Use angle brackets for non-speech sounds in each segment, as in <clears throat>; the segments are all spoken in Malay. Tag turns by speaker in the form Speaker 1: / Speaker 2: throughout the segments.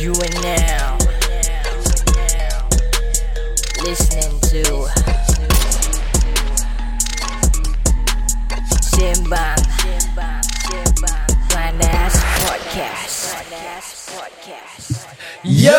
Speaker 1: You are now listening to Simbang Finance Podcast.
Speaker 2: Yo,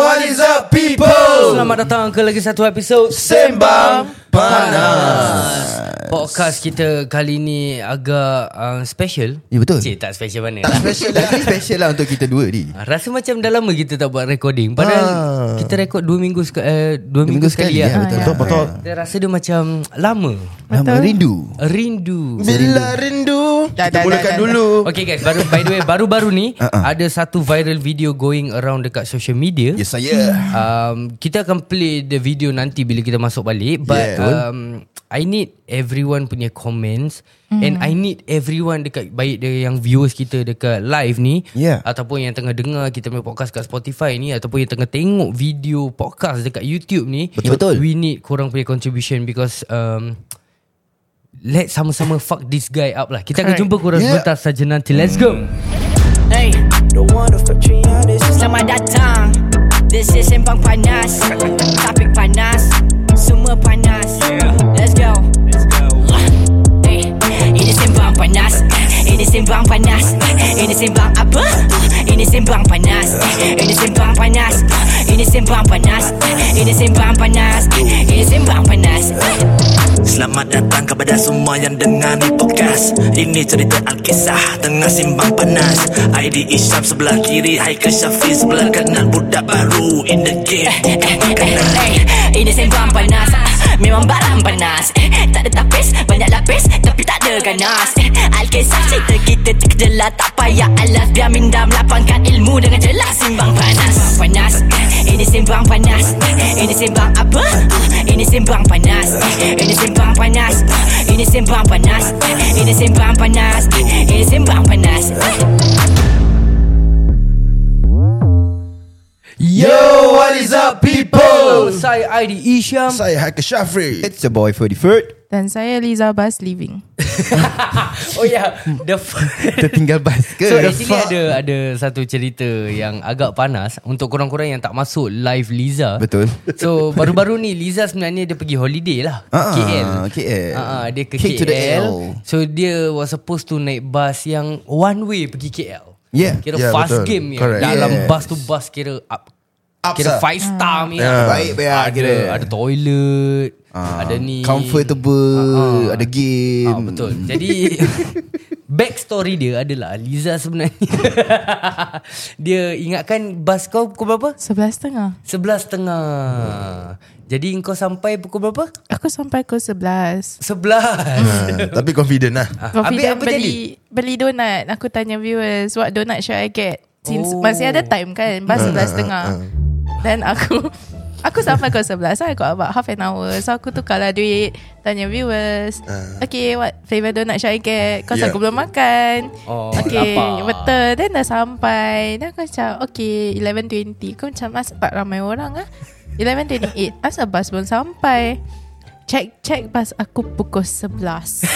Speaker 2: what is up people?
Speaker 3: Selamat datang ke lagi satu episod
Speaker 2: Sembang Panas.
Speaker 3: Podcast kita kali ni agak uh, special
Speaker 2: Ya, betul.
Speaker 3: Cik tak special mana
Speaker 2: Tak
Speaker 3: lah.
Speaker 2: special lah, Actually special lah untuk kita dua ni.
Speaker 3: Rasa macam dah lama kita tak buat recording Padahal
Speaker 2: Ah.
Speaker 3: kita record 2 minggu, sek- eh, dua minggu, minggu sekali, ya.
Speaker 2: ya, betul.
Speaker 4: Betul, betul.
Speaker 3: Kita rasa dia macam lama
Speaker 2: Nama rindu.
Speaker 3: Rindu
Speaker 2: Bila rindu,
Speaker 4: Dah, dah, dah, dah,
Speaker 3: Okay guys baru, By the way baru-baru ni
Speaker 2: Uh-uh.
Speaker 3: Ada satu viral video going around dekat social media
Speaker 2: Yes, saya.
Speaker 3: um, kita akan play the video nanti bila kita masuk balik but
Speaker 2: Yeah.
Speaker 3: yeah. um, I need everyone punya comments mm. and I need everyone dekat baik dia yang viewers kita dekat live ni
Speaker 2: Yeah.
Speaker 3: ataupun yang tengah dengar kita punya podcast kat Spotify ni ataupun yang tengah tengok video podcast dekat YouTube ni
Speaker 2: Betul. Betul.
Speaker 3: we need korang punya contribution because um, Let's sama-sama fuck this guy up lah Kita akan jumpa korang
Speaker 2: Yeah.
Speaker 3: yeah. sebentar saja nanti Let's go
Speaker 1: Hey, selamat datang. This is Sembang Panas. Topik panas, semua panas. Let's go. Hey, ini sembang panas. Ini sembang panas. Ini sembang apa? Ini sembang panas. Ini sembang panas. Ini sembang panas. Ini sembang panas. Ini sembang panas.
Speaker 5: Selamat datang kepada semua yang dengar ni podcast Ini cerita Alkisah tengah simbang panas ID Isyam sebelah kiri Haikal Syafiq sebelah kanan Budak baru in the game
Speaker 1: Eh, eh, eh, eh, Ini sembang panas Ah, Memang barang panas Eh, Tak ada tapis Banyak lapis Tapi tak ada ganas Eh, Alkisah cerita kita terkejelah Tak payah alas Biar minda melapangkan ilmu Dengan jelas Simbang panas Sembang panas Eh, Ini sembang panas Eh, Ini sembang apa? Ah, Ini sembang panas Eh, Ini sembang panas Ah, Ini sembang panas Eh, Ini sembang panas Eh, Ini sembang panas Eh.
Speaker 2: Yo, what is up people?
Speaker 3: Saya Aidi Isham
Speaker 2: Saya Haikal Syafri. It's your boy 43rd.
Speaker 4: Dan saya Liza Bas Living
Speaker 3: Oh ya yeah. The
Speaker 2: <laughs>
Speaker 3: f-
Speaker 2: Tertinggal bas ke?
Speaker 3: So actually ada ada satu cerita yang agak panas untuk korang-korang yang tak masuk live Liza.
Speaker 2: Betul.
Speaker 3: So baru-baru ni Liza sebenarnya dia pergi holiday lah
Speaker 2: Ah,
Speaker 3: KL.
Speaker 2: KL.
Speaker 3: Ah, dia ke KL.
Speaker 2: Kick to the L.
Speaker 3: So dia was supposed to naik bus yang one way pergi KL.
Speaker 2: Yeah.
Speaker 3: Kira
Speaker 6: Yeah,
Speaker 3: fast
Speaker 6: betul.
Speaker 3: game ya.
Speaker 6: Correct.
Speaker 3: Dalam
Speaker 2: Yes.
Speaker 3: bus tu bus kira up
Speaker 2: Up,
Speaker 3: Kira
Speaker 2: sir.
Speaker 3: five
Speaker 2: Ah.
Speaker 3: star ni
Speaker 6: Yeah.
Speaker 2: Baik, baik,
Speaker 3: Ada,
Speaker 2: kira.
Speaker 3: ada toilet Ada ni
Speaker 2: Ah, Comfortable,
Speaker 3: Ah, ah.
Speaker 2: ada game.
Speaker 3: Ah, betul. Jadi <laughs> back story dia adalah Liza sebenarnya <laughs> dia ingatkan bas kau pukul berapa?
Speaker 4: Sebelas setengah
Speaker 3: Sebelas setengah. Jadi kau sampai pukul berapa?
Speaker 4: Aku sampai ke sebelas
Speaker 2: <laughs>
Speaker 3: Sebelas.
Speaker 6: Ah, tapi confident lah
Speaker 3: Ah. Habis
Speaker 4: Confident
Speaker 3: apa
Speaker 4: beli,
Speaker 3: jadi?
Speaker 4: Beli donat Aku tanya viewers What donut should I get Since oh. Masih ada time kan
Speaker 3: Ah,
Speaker 4: Bas sebelas setengah Then aku <laughs> Aku sampai ke sebelas so I got about half an hour So aku tukarlah duit Tanya viewers
Speaker 3: Ah.
Speaker 4: Okay what flavour donut should I get Cause
Speaker 6: Yeah.
Speaker 4: aku belum makan
Speaker 3: Oh,
Speaker 4: Okay
Speaker 3: lapar.
Speaker 4: Betul Then dah sampai Then aku macam Okay 11.20 Kau macam Masa tak ramai orang lah 11.28 Masa bas belum sampai Check check bas aku pukul 11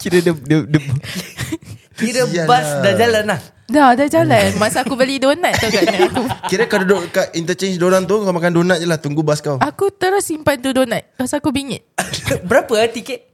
Speaker 2: Kira dia, dia, dia
Speaker 3: Kira
Speaker 6: Kesian
Speaker 3: bas
Speaker 6: lah.
Speaker 3: dah jalan lah. <laughs>
Speaker 4: Dah dah jalan <laughs> Masa aku beli donat tu kat dia. aku,
Speaker 6: Kira kau duduk kat interchange dorang tu Kau makan donat je lah Tunggu bas kau
Speaker 4: aku terus simpan tu donat Masa aku bingit
Speaker 3: Berapa ah tiket?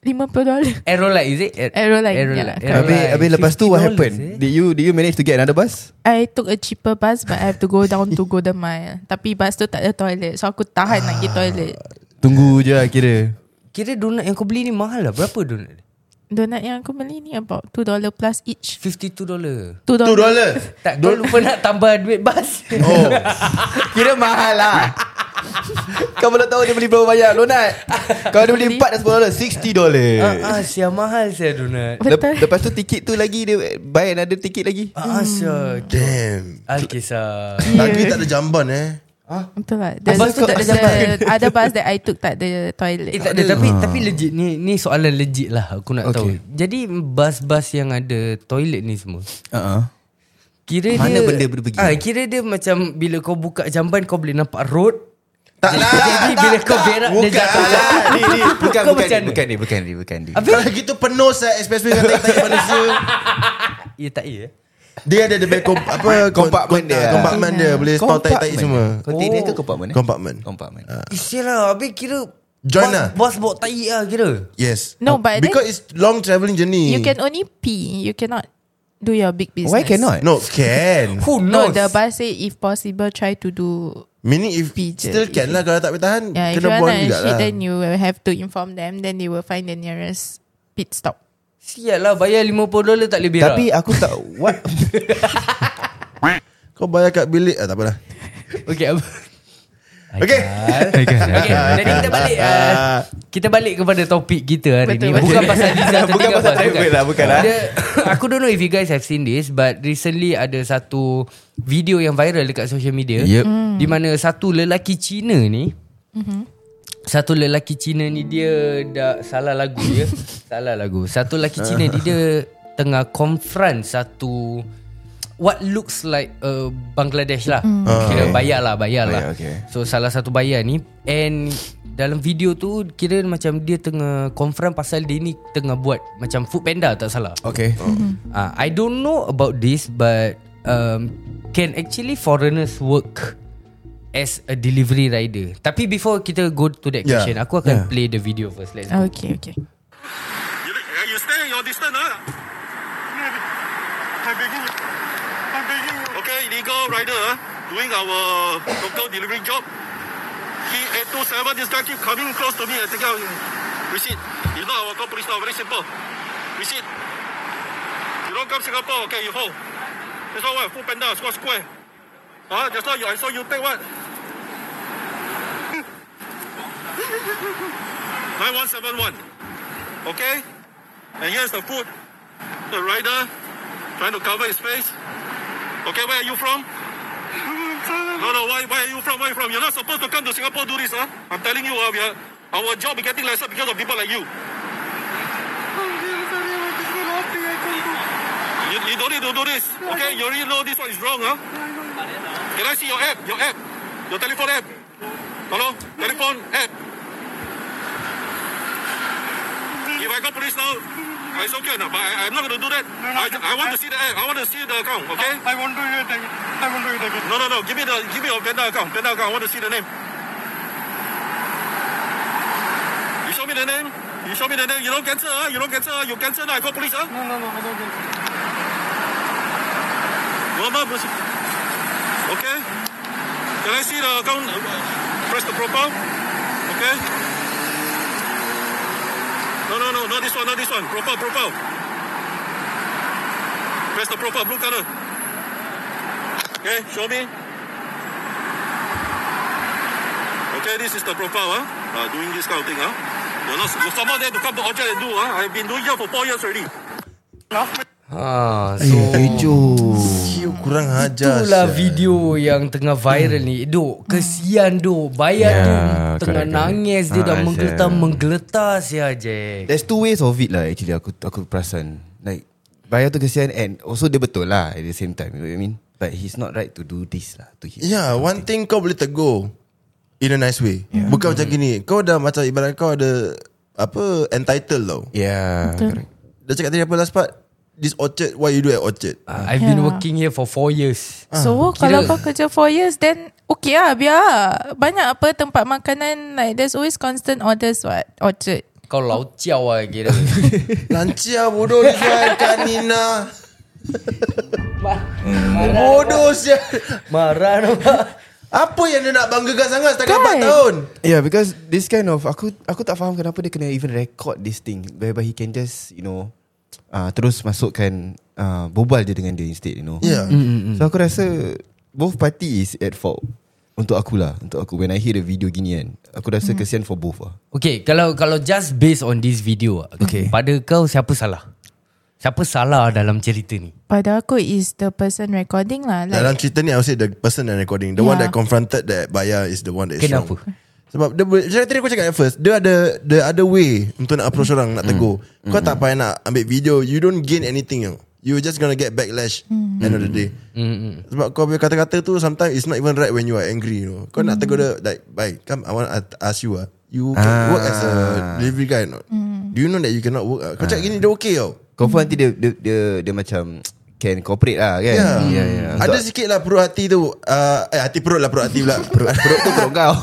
Speaker 4: $50 dollar.
Speaker 3: Aerolite is it? Aer-
Speaker 4: Aerolite, ya, correct.
Speaker 2: Habis, habis lepas tu
Speaker 3: $50
Speaker 2: what happened?
Speaker 3: eh.
Speaker 2: Did you did you manage to get another bus?
Speaker 4: I took a cheaper bus But I have to go down to Golden Mile Tapi bus tu tak ada toilet So aku tahan nak pergi toilet
Speaker 2: Tunggu je lah kira.
Speaker 3: Kira donat yang kau beli ni mahal lah. Berapa donat dia?
Speaker 4: Donat yang aku beli ni About $2 plus each
Speaker 3: $52.
Speaker 4: $2
Speaker 6: Tu dollar
Speaker 3: Tak, kau lupa nak tambah duit bas.
Speaker 2: <laughs> Oh. Kira mahal lah. Kau belum tahu dia beli berapa banyak donat. Kau dia beli 4 dan 10 dolar, 60 dolar.
Speaker 3: Ah, ah, sia mahal sia donat.
Speaker 4: Betul.
Speaker 2: Lep- lepas tu tiket tu lagi dia buy another tiket lagi.
Speaker 3: Ah, sia.
Speaker 6: Damn
Speaker 3: Alkisah.
Speaker 6: Lagi tak ada jamban eh
Speaker 4: Betul lah There's,
Speaker 3: Bus tu tak ada
Speaker 4: there's a, Ada bus that I took Tak
Speaker 3: Eh
Speaker 4: ada toilet
Speaker 3: tak ada tapi tapi legit ni ni soalan legit lah aku nak
Speaker 2: Okay.
Speaker 3: okay. tahu. Jadi bas-bas yang ada toilet ni semua.
Speaker 2: Uh-uh.
Speaker 3: Kira
Speaker 2: Mana
Speaker 3: dia
Speaker 2: benda boleh pergi?
Speaker 3: Ah kira dia macam bila kau buka jamban kau boleh nampak road.
Speaker 6: Tak
Speaker 3: Jadi-
Speaker 6: lah
Speaker 3: Jadi
Speaker 6: tak,
Speaker 3: bila kau
Speaker 6: tak.
Speaker 3: berak dia
Speaker 6: Bukan
Speaker 3: jatuh.
Speaker 6: lah.
Speaker 2: ni ni bukan
Speaker 3: Kau
Speaker 2: bukan
Speaker 3: macam
Speaker 2: ni,
Speaker 3: mana?
Speaker 2: bukan ni bukan ni bukan ni.
Speaker 3: Habis
Speaker 6: Kalau gitu penuh saya Expressway dengan tarik-tarik manusia
Speaker 3: Ya tak ya
Speaker 6: Dia ada dia punya
Speaker 4: <laughs>
Speaker 6: komp, apa
Speaker 2: Compartment
Speaker 6: kon-
Speaker 2: dia.
Speaker 6: ah, Compartment dia boleh store taik-taik semua.
Speaker 2: Container
Speaker 3: Oh.
Speaker 2: ke compartment? eh?
Speaker 6: Compartment.
Speaker 2: Compartment.
Speaker 1: Uh,
Speaker 3: Isyah lah Habis kira
Speaker 6: Join
Speaker 3: bas-
Speaker 6: lah.
Speaker 3: Bas bawa tai lah kira
Speaker 6: Yes.
Speaker 4: No, but
Speaker 6: because it's long travelling journey.
Speaker 4: You can only pee. You cannot do your big business.
Speaker 2: Why cannot?
Speaker 6: No,
Speaker 4: <laughs>
Speaker 6: can.
Speaker 3: Who
Speaker 4: No,
Speaker 3: knows
Speaker 4: the bus say if possible try to do.
Speaker 6: Meaning if
Speaker 4: Pigeon.
Speaker 6: still can lah kalau tak boleh tahan
Speaker 4: Yeah, if
Speaker 6: kena
Speaker 4: you
Speaker 6: buang
Speaker 4: want to
Speaker 6: juga
Speaker 4: shit,
Speaker 6: lah.
Speaker 4: then you will have to inform them. Then they will find the nearest pit stop.
Speaker 3: Sial lah Bayar 50 dolar tak boleh berak
Speaker 2: Tapi aku
Speaker 6: <laughs>
Speaker 2: tak What
Speaker 6: Kau bayar kat bilik ah, tak apalah.
Speaker 3: Okay apa <laughs>
Speaker 6: Okay.
Speaker 3: Okay Jadi kita
Speaker 6: <laughs>
Speaker 3: balik uh,
Speaker 2: ah.
Speaker 3: Kita balik kepada topik kita hari
Speaker 4: Betul,
Speaker 3: ni
Speaker 4: betul.
Speaker 3: Bukan pasal
Speaker 2: <laughs>
Speaker 3: Liza
Speaker 2: Bukan pasal travel lah, bukan lah.
Speaker 3: Dia, Aku don't know if you guys have seen this But recently ada satu Video yang viral dekat social media
Speaker 6: Yep.
Speaker 2: Hmm.
Speaker 3: Di mana satu lelaki Cina ni
Speaker 2: Mhm.
Speaker 3: satu lelaki Cina ni dia dah salah lagu ya.
Speaker 2: <laughs>
Speaker 3: salah lagu. Satu lelaki Cina ni dia tengah confront satu what looks like uh, Bangladesh lah.
Speaker 2: Hmm.
Speaker 3: Kira bayar lah, bayar lah.
Speaker 2: Bayar, okay.
Speaker 3: So salah satu bayar ni and dalam video tu kira macam dia tengah confront pasal dia ni tengah buat macam food panda tak salah.
Speaker 2: Okay
Speaker 6: Mm-hmm.
Speaker 3: Uh, I don't know about this but um, can actually foreigners work as a delivery rider? Tapi before kita go to that
Speaker 6: Yeah.
Speaker 3: question, aku akan play the video first. Let's go.
Speaker 4: Okay, okay.
Speaker 7: You, you stay your distance, huh? I'm begging you. I'm begging you. Okay, illegal rider huh? doing our local delivery job. He 827, this guy keep coming close to me and taking out his receipt. You know our company now, very simple. Receipt. You don't come Singapore, okay, you hold. That's not what, full panda, square, square. Huh? Just now you, I saw you take what? <laughs> 9171. Okay? And here's the food. The rider trying to cover his face. Okay, where are you from? No, no, why, why are you from? Where are you from? You're not supposed to come to Singapore do this, huh? I'm telling you, uh, we are, our job is getting lesser because of people like you. You, you don't need to do this. Okay, you already know this one is wrong, huh? Can I see your app? Your app? Your telephone app? Hello? Telephone app? If I go police now, it's okay now, but I, I'm not going to do that. I, I want to see the app. I want to see the account, okay? I won't do it again. I won't do it again. No, no, no. Give me the give me your Panda account. Panda account. I want to see the name. You show me the name. You show me the name. You don't cancel, huh? You don't cancel, huh? You cancel now. I call police, ah. huh? No, no, no. I don't cancel. No, no, but- Okay. Can I see the account? Press the profile. Okay. No, no, no, not this one, not this one. Profile, profile. Press the profile, blue color. Okay, show me. Okay, this is the profile, huh? Uh, doing this kind of thing, huh? You're not you're someone there to come to Orchard and do, huh? I've been doing here for four years already.
Speaker 3: Ah, so
Speaker 6: Siu kurang hajar.
Speaker 3: itulah
Speaker 6: sia.
Speaker 3: video yang tengah viral ni. Duk, kesian duk. Bayar
Speaker 8: Ya, correct,
Speaker 3: tu tengah
Speaker 8: correct.
Speaker 3: nangis
Speaker 8: Ah,
Speaker 3: dia dah ya,
Speaker 8: sia.
Speaker 3: menggeletar-menggeletar sia je.
Speaker 2: There's two ways of it lah Actually aku aku perasan Like Bayar tu kesian And also dia betul lah At the same time You know what I mean But he's not right to do this lah to him.
Speaker 6: Yeah, Ya, one thing kau boleh tegur in a nice way. Bukan macam gini. Kau dah macam ibarat kau ada apa entitled tau.
Speaker 8: Yeah correct.
Speaker 6: Dah cakap tadi apa last part? This Orchard, what you do at Orchard?
Speaker 3: Uh, I've been
Speaker 4: Yeah.
Speaker 3: working here for 4 years.
Speaker 6: Ah,
Speaker 4: So
Speaker 3: Kira-
Speaker 4: kalau kau kerja 4 years Then okay lah biar lah. Banyak apa tempat makanan Like there's always constant orders what Orchard
Speaker 3: Kau lau ciao lah kira. <laughs>
Speaker 6: Lancar bodoh ni kan kanina.
Speaker 2: lah,
Speaker 6: bodoh sia.
Speaker 3: Marah nampak.
Speaker 6: Apa yang dia nak banggakan sangat setakat 4
Speaker 4: Kan?
Speaker 6: tahun?
Speaker 2: Yeah because This kind of Aku aku tak faham kenapa Dia kena even record this thing Whereby he can just You know uh, Terus masukkan uh, Bobal je dengan dia instead You know
Speaker 6: Yeah.
Speaker 2: So aku rasa Both party is at fault Untuk akulah Untuk aku When I hear the video gini kan Aku rasa kesian for both lah
Speaker 3: Okay, kalau kalau just based on this video, okay. Pada kau siapa salah? Siapa salah dalam cerita ni?
Speaker 4: Pada aku is the person recording lah
Speaker 6: Dalam
Speaker 4: like,
Speaker 6: cerita ni I would say the person that recording The yeah. one
Speaker 4: Yeah.
Speaker 6: that confronted that Bayar is the one that is
Speaker 3: Kenapa?
Speaker 6: wrong Sebab dia boleh Macam tadi aku cakap at first Dia ada Dia ada way Untuk nak
Speaker 4: Hmm.
Speaker 6: approach orang Nak tegur Kau tak payah nak ambil video You don't gain anything you know. You just gonna get backlash
Speaker 4: Hmm.
Speaker 6: End of the day Sebab kau punya kata-kata tu Sometimes it's not even right When you are angry you know. Kau nak
Speaker 4: Hmm.
Speaker 6: tegur dia Like Baik Come I want to ask you ah. You can work as a delivery guy
Speaker 4: Hmm.
Speaker 6: ah?" or
Speaker 4: Ah.
Speaker 6: not Do you know that you cannot work ah? Kau cakap gini dia okay tau
Speaker 2: Confirm nanti dia, dia, dia, dia macam can cooperate lah kan.
Speaker 6: Yeah.
Speaker 2: yeah, yeah.
Speaker 6: Ada sikit lah perut hati tu uh, Eh hati perut lah Perut hati pula perut, perut tu
Speaker 2: Kau kau.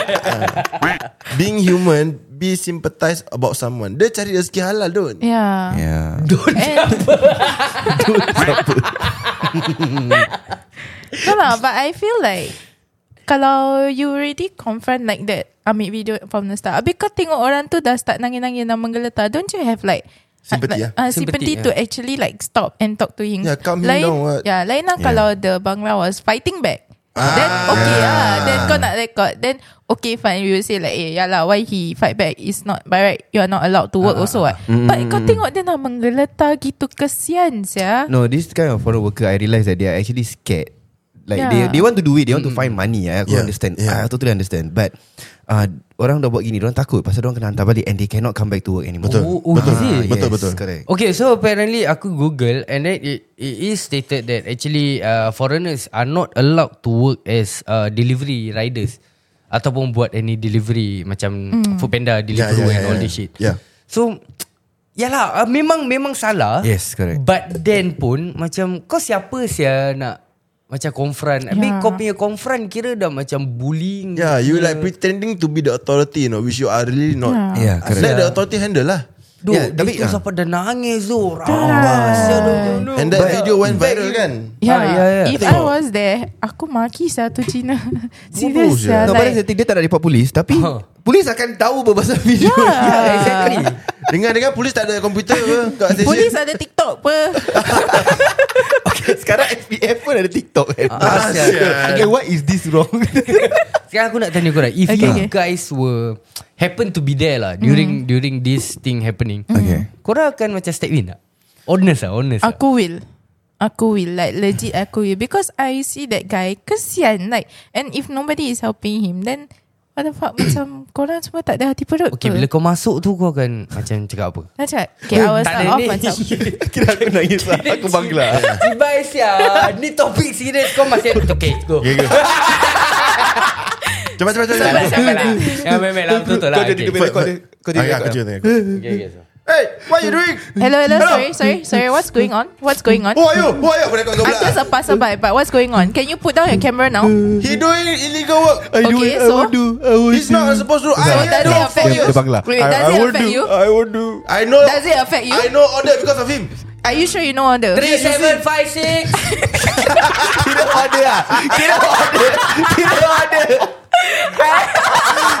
Speaker 6: <laughs> Being human Be sympathize about someone Dia cari rezeki halal tu
Speaker 4: Yeah. Eh.
Speaker 2: yeah.
Speaker 4: And <laughs> no lah, but I feel like kalau you already confront like that, ambil video from the start. Habis kau tengok orang tu dah start nangis-nangis dan menggeletar. Don't you have like
Speaker 6: Sympathy,
Speaker 4: uh,
Speaker 6: ah.
Speaker 4: uh,
Speaker 3: Sympathy,
Speaker 4: sympathy to actually like stop and talk to him.
Speaker 6: Yeah, calm him
Speaker 4: lain,
Speaker 6: down, what? Ah,
Speaker 4: Yeah, lain lah kalau the Bangla was fighting back.
Speaker 2: Ah.
Speaker 4: then okay
Speaker 6: yeah.
Speaker 4: lah. Then kau nak record. Then okay fine. You will say like, eh, ya lah, why he fight back? It's not by right. You are not allowed to work
Speaker 2: Ah.
Speaker 4: also. What? But kau tengok dia nak menggeletar gitu kesian sia.
Speaker 2: No, this kind of foreign worker, I realise that they are actually scared. Like
Speaker 4: Yeah.
Speaker 2: yeah. they they want to do it, they want to find money. I aku
Speaker 6: Yeah,
Speaker 2: yeah. understand.
Speaker 6: yeah.
Speaker 2: Yeah. I totally understand. But uh, orang dah buat gini, orang takut pasal orang kena hantar balik and they cannot come back to work anymore.
Speaker 6: Betul
Speaker 3: Oh, oh,
Speaker 6: Betul
Speaker 3: is it?
Speaker 6: Betul betul
Speaker 2: Correct.
Speaker 3: Okay, so apparently aku Google and then it, it is stated that actually uh, foreigners are not allowed to work as uh, delivery riders ataupun buat any delivery macam mm.
Speaker 2: Ya,
Speaker 3: Foodpanda, Deliveroo yeah, yeah,
Speaker 6: yeah,
Speaker 3: and all
Speaker 6: yeah.
Speaker 3: this shit.
Speaker 6: Yeah.
Speaker 3: So yalah uh, memang memang salah.
Speaker 2: Yes, correct.
Speaker 3: But then pun macam kau siapa sia nak macam confront. Yeah. Habis
Speaker 4: Yeah.
Speaker 3: kau punya confront kira dah macam bullying.
Speaker 6: Yeah
Speaker 2: Ya,
Speaker 6: you like pretending to be the authority you know, Which you are really not
Speaker 4: Oh,
Speaker 2: Yeah, correct.
Speaker 6: Let the authority handle lah
Speaker 3: Duh, yeah,
Speaker 2: Yeah,
Speaker 3: tapi tu
Speaker 2: tapi- ah.
Speaker 3: sampai dah nangis tu. Rabah sia tu.
Speaker 6: And that video went viral kan <laughs>
Speaker 4: Yeah.
Speaker 3: Ah, yeah, yeah.
Speaker 4: If I was there, aku maki satu Cina. <laughs> Serius
Speaker 6: sia.
Speaker 4: sia.
Speaker 2: No, like, <laughs>
Speaker 4: Like,
Speaker 2: dia tak nak report polis Tapi
Speaker 3: Huh.
Speaker 2: Polis akan tahu berpasal video
Speaker 4: Yeah.
Speaker 3: Exactly.
Speaker 6: Dengar-dengar polis tak ada komputer ke Kat station
Speaker 4: Polis ada TikTok apa?
Speaker 2: okay, <laughs> Sekarang FPF pun ada TikTok kan?
Speaker 3: Ah, sia.
Speaker 2: Okay what is this wrong
Speaker 3: Sekarang aku nak tanya korang If okay,
Speaker 4: Okay,
Speaker 3: you okay.
Speaker 4: okay.
Speaker 3: guys were Happen to be there lah During mm. during this thing happening
Speaker 2: Okay.
Speaker 3: Korang akan macam step in tak? Honest lah Honest lah
Speaker 4: Aku will. Aku will like legit aku will because I see that guy kesian like and if nobody is helping him then what the fuck <coughs> macam korang semua tak ada hati perut
Speaker 3: Okay
Speaker 4: ke?
Speaker 3: bila kau masuk tu Kau akan macam cakap <laughs> apa?
Speaker 4: Nak cakap Okay I was like off macam
Speaker 2: <laughs> Kira aku nangis lah Aku bangla
Speaker 3: Cibai sia ya. Ni topik serius Kau masih <laughs> Okay go
Speaker 6: Cepat cepat cepat
Speaker 3: Sabar sabar <laughs> lah Ya memang lah Betul lah
Speaker 2: Kau jadi dia
Speaker 3: Okay
Speaker 2: punya record dia. Kau jadi
Speaker 6: Okay, aku
Speaker 2: record
Speaker 6: Ah, ya, cuba
Speaker 2: dia.
Speaker 6: tengok
Speaker 3: Okay, okay, so.
Speaker 6: Hey what you doing
Speaker 4: Hello hello sorry sorry sorry What's going on What's going on
Speaker 6: Who are you Who are you Aku rekod kau
Speaker 4: I'm just
Speaker 6: pula
Speaker 4: a passerby but what's going on Can you put down your camera now
Speaker 6: He doing illegal work
Speaker 2: I do
Speaker 4: Okay,
Speaker 2: it I
Speaker 4: so-
Speaker 2: won't do I won't
Speaker 6: He's not supposed to I
Speaker 4: Does
Speaker 6: here
Speaker 4: it
Speaker 6: know for
Speaker 4: affect you
Speaker 2: Dia bangla.
Speaker 4: Wait, Does it affect you
Speaker 2: I won't do
Speaker 6: I know
Speaker 4: Does it affect you
Speaker 6: I know all that because of him
Speaker 4: Are you sure you know order
Speaker 3: Three, seven, five, six.
Speaker 2: Kira order lah Kira order Kira order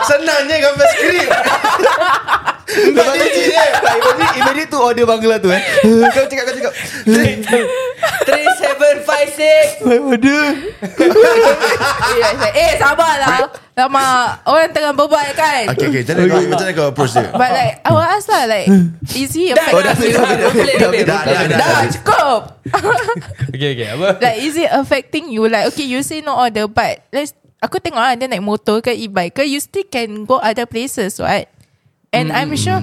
Speaker 6: Senangnya gambar skrip
Speaker 2: <laughs> Lepas tu dia
Speaker 6: eh?
Speaker 2: Imagine, imagine tu order bangla tu eh
Speaker 6: Kau cakap kau cakap
Speaker 3: Three, seven, five, six.
Speaker 2: I order
Speaker 4: Yeah, it's like, Eh sabar lah Lama Orang tengah berbual kan
Speaker 6: Okay okay Macam mana kau- macam mana kau approach dia
Speaker 4: But like I will ask lah Like Is he
Speaker 3: Dah, dah, dah,
Speaker 4: affecting you
Speaker 3: dah, dah, play, dah, play,
Speaker 6: dah,
Speaker 3: dah,
Speaker 6: dah,
Speaker 3: dah.
Speaker 4: Dah cukup
Speaker 3: <laughs> Okay, okay, apa? <laughs>
Speaker 4: Like is it affecting you Like okay you say no order But let's Aku tengok lah Dia naik motor ke e-bike ke You still can go other places right And
Speaker 3: Hmm.
Speaker 4: I'm sure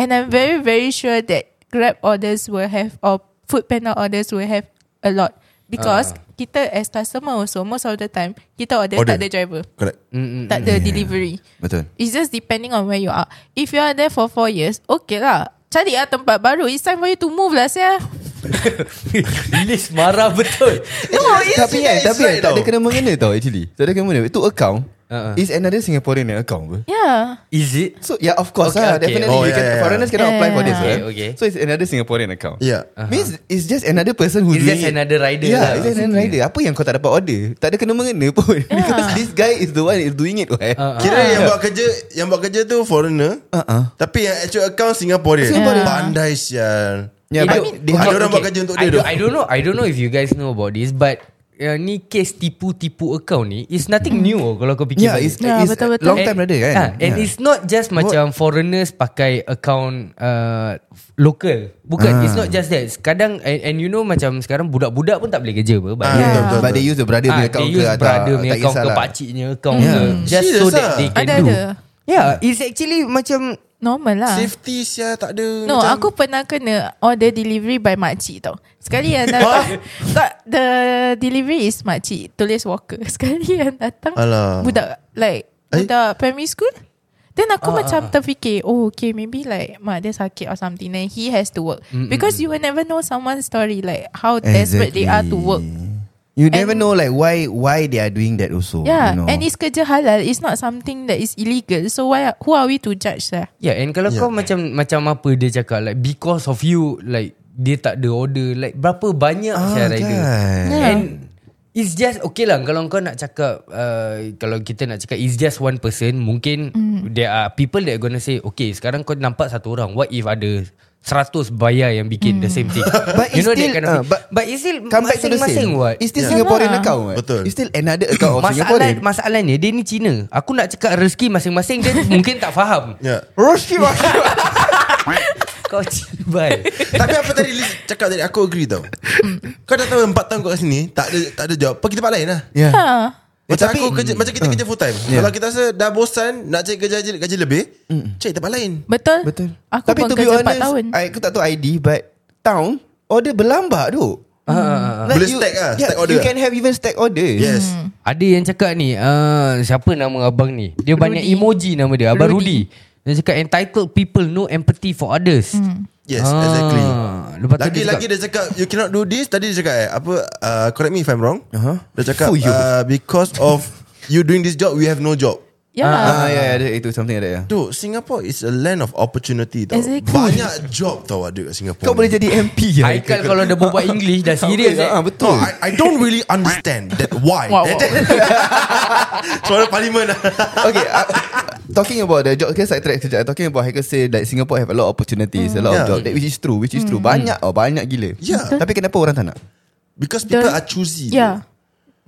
Speaker 4: And I'm very very sure that Grab orders will have Or food panda orders will have A lot
Speaker 3: Ah.
Speaker 4: Because Kita as customer also Most of the time Kita order,
Speaker 6: Order.
Speaker 4: tak ada driver
Speaker 6: Correct
Speaker 4: Tak ada delivery
Speaker 2: Betul
Speaker 4: It's just depending on where you are. If you are there for four years, okay lah. Cari lah tempat baru. It's time for you to move lah, saya.
Speaker 3: Liz marah betul.
Speaker 2: No, tapi
Speaker 6: actually
Speaker 2: kan,
Speaker 6: it's
Speaker 2: tapi kan,
Speaker 6: right
Speaker 2: tak ada
Speaker 6: tau.
Speaker 2: kena mengena tau actually. Tak ada kena mengena. Itu account
Speaker 3: Uh-uh.
Speaker 2: uh-uh. is another Singaporean account apa?
Speaker 4: Yeah.
Speaker 3: Is it?
Speaker 2: So yeah, of course
Speaker 3: Okay,
Speaker 2: okay,
Speaker 3: okay.
Speaker 2: lah. Okay. Definitely,
Speaker 6: Oh, yeah,
Speaker 2: oh, yeah, can,
Speaker 6: yeah, yeah.
Speaker 2: foreigners cannot apply for this.
Speaker 4: Okay,
Speaker 2: right?
Speaker 3: okay.
Speaker 2: So it's another Singaporean account.
Speaker 6: Yeah
Speaker 2: Means it's just another person who
Speaker 3: It's
Speaker 2: doing
Speaker 3: just
Speaker 2: it.
Speaker 3: another rider
Speaker 2: Yeah,
Speaker 3: lah,
Speaker 2: it's just another rider. Apa yang kau tak dapat order? Tak ada kena mengena pun.
Speaker 4: <laughs>
Speaker 2: Because this guy is the one is doing it. Right?
Speaker 3: Uh,
Speaker 6: Kira
Speaker 2: Uh-huh.
Speaker 6: yang buat kerja Yang buat kerja tu foreigner
Speaker 2: Uh-uh.
Speaker 6: Tapi yang actual account Singaporean
Speaker 4: Singaporean.
Speaker 6: Pandai sial
Speaker 2: Yeah,
Speaker 3: I
Speaker 2: Ya, but
Speaker 3: mean,
Speaker 2: they
Speaker 6: Ada
Speaker 2: have,
Speaker 6: okay. orang buat kerja untuk
Speaker 3: I
Speaker 6: dia
Speaker 3: do,
Speaker 6: tu.
Speaker 3: I don't know I don't know if you guys know about this But uh, Ni case tipu-tipu account ni It's nothing new oh, Kalau kau fikir
Speaker 2: yeah,
Speaker 3: balik.
Speaker 2: Ya, it's,
Speaker 4: Yeah,
Speaker 2: it's
Speaker 4: betul, betul.
Speaker 2: long time brother kan.
Speaker 3: Ah, and
Speaker 2: Yeah.
Speaker 3: it's not just macam foreigners pakai account uh, f- local. Bukan, it's
Speaker 2: Ah.
Speaker 3: not just that. Kadang and, and you know macam sekarang budak-budak pun tak boleh kerja apa. But
Speaker 6: Ah,
Speaker 3: they-
Speaker 6: betul, betul,
Speaker 2: But they use the brother
Speaker 3: ah,
Speaker 2: punya account
Speaker 3: they
Speaker 2: ke
Speaker 3: use
Speaker 2: atau-
Speaker 3: brother punya
Speaker 2: tak
Speaker 3: account ke
Speaker 2: kisahlah. Ya.
Speaker 3: pakciknya account
Speaker 2: Yeah.
Speaker 3: ke. Just so
Speaker 6: Serious
Speaker 3: that
Speaker 6: ah?
Speaker 3: they can
Speaker 4: Ada,
Speaker 3: do.
Speaker 4: ada.
Speaker 3: Yeah, it's actually macam
Speaker 4: Normal
Speaker 2: Uh-huh.
Speaker 4: lah.
Speaker 6: Safety sial tak ada
Speaker 4: No,
Speaker 6: macam-
Speaker 4: aku pernah kena order delivery by makcik tau. Sekali
Speaker 2: <laughs>
Speaker 4: yang datang, tak, the delivery is makcik, tulis walker. <laughs> Sekali yang datang,
Speaker 6: Alah.
Speaker 4: budak, like,
Speaker 6: Eh?
Speaker 4: budak primary school. Then aku macam terfikir Oh okay maybe like Mak dia sakit or something Then he has to work Because you will never know Someone's story Like how desperate they are to work
Speaker 2: You never
Speaker 4: And-
Speaker 2: know like why why they are doing that also.
Speaker 4: Yeah
Speaker 2: you know.
Speaker 4: And it's kerja halal It's not something that is illegal So why who are we to judge lah
Speaker 3: Yeah and kalau yeah. kau macam Macam apa dia cakap Like because of you Like Dia tak ada order Like berapa banyak
Speaker 2: Ah,
Speaker 3: ah, Saya rider
Speaker 2: kan.
Speaker 4: Yeah.
Speaker 3: And It's just Okay lah Kalau kau nak cakap uh, Kalau kita nak cakap It's just one person Mungkin mm. There are people that gonna say Okay sekarang kau nampak satu orang What if ada 100 bayar yang bikin mm. the same thing
Speaker 2: <laughs> But
Speaker 3: You
Speaker 2: it's
Speaker 3: know
Speaker 2: still,
Speaker 3: that kind of
Speaker 2: ah,
Speaker 3: thing
Speaker 2: but-
Speaker 3: But it's still
Speaker 2: Come back to the
Speaker 3: Masing-masing
Speaker 2: same
Speaker 3: what
Speaker 2: It's still
Speaker 6: Yeah.
Speaker 2: Singaporean
Speaker 4: Yalah.
Speaker 2: account what?
Speaker 6: Betul.
Speaker 2: It's still another account of
Speaker 3: Masalah,
Speaker 2: Singaporean
Speaker 3: masalahnya Dia ni Cina Aku nak cakap rezeki masing-masing Dia mungkin tak faham
Speaker 6: Ya.
Speaker 2: Roshi Roshi
Speaker 3: <laughs> Kau Cina baik
Speaker 6: <laughs> Tapi apa tadi Liz cakap tadi Aku agree tau
Speaker 4: Hmm.
Speaker 6: Kau dah tahu 4 tahun kau kat sini Tak ada tak ada job Pergi tempat lain lah
Speaker 2: Yeah
Speaker 4: Ha
Speaker 6: Macam
Speaker 2: Eh, tapi- Hmm. Ya.
Speaker 6: aku kerja Macam kita kerja full time
Speaker 2: Yeah.
Speaker 6: Kalau kita rasa Dah bosan Nak cari kerja gaji, gaji lebih
Speaker 2: Hmm.
Speaker 6: Cari tempat lain
Speaker 4: Betul
Speaker 2: Betul
Speaker 4: Aku
Speaker 2: Tapi
Speaker 4: pun
Speaker 2: to be
Speaker 4: kerja 4
Speaker 2: honest,
Speaker 4: tahun
Speaker 2: I, Aku tak tahu ID But Town Order berlambak tu
Speaker 3: Ah,
Speaker 6: Boleh stack lah, stack order
Speaker 2: You
Speaker 6: lah.
Speaker 2: can have even stack order
Speaker 6: Yes
Speaker 3: Ada yang cakap ni uh, Siapa nama abang ni Dia Rudy. banyak emoji nama dia Abang Rudy, Rudy. Dia cakap Entitled people No empathy for others hmm.
Speaker 6: Yes
Speaker 2: Ah.
Speaker 6: exactly
Speaker 3: Lepas tu
Speaker 6: Lagi lagi
Speaker 3: dia cakap
Speaker 6: dia cakap You cannot do this Tadi dia cakap eh, Apa uh, Correct me if I'm wrong
Speaker 2: Uh-huh.
Speaker 6: Dia cakap
Speaker 2: Fuh, you.
Speaker 6: uh, Because of You doing this job We have no job
Speaker 4: Yeah
Speaker 2: Ah, yeah, yeah, itu something like that. Yeah.
Speaker 6: Tu Singapore is a land of opportunity tau
Speaker 4: Exactly.
Speaker 6: Banyak job tau ada kat Singapore
Speaker 2: Kau
Speaker 6: ni.
Speaker 2: boleh jadi MP ya.
Speaker 3: Haikal kalau dah berbual English
Speaker 2: <laughs>
Speaker 3: Dah serius eh.
Speaker 2: Serius ah,
Speaker 6: No,
Speaker 2: betul.
Speaker 6: I, I don't really understand that why.
Speaker 4: Wow, wow.
Speaker 6: <laughs> Suara parlimen <laughs> lah.
Speaker 2: okay, uh, talking about the job, okay, side track sekejap. Eh. Talking about Haikal say that Singapore have a lot of opportunities, a lot of
Speaker 6: Hmm. Yeah. Hmm.
Speaker 2: job, that which is true, which is true. Banyak, oh banyak gila.
Speaker 6: Yeah. Betul.
Speaker 2: Tapi kenapa orang tak nak?
Speaker 6: Because people
Speaker 4: Don't-
Speaker 6: are choosy.
Speaker 4: Yeah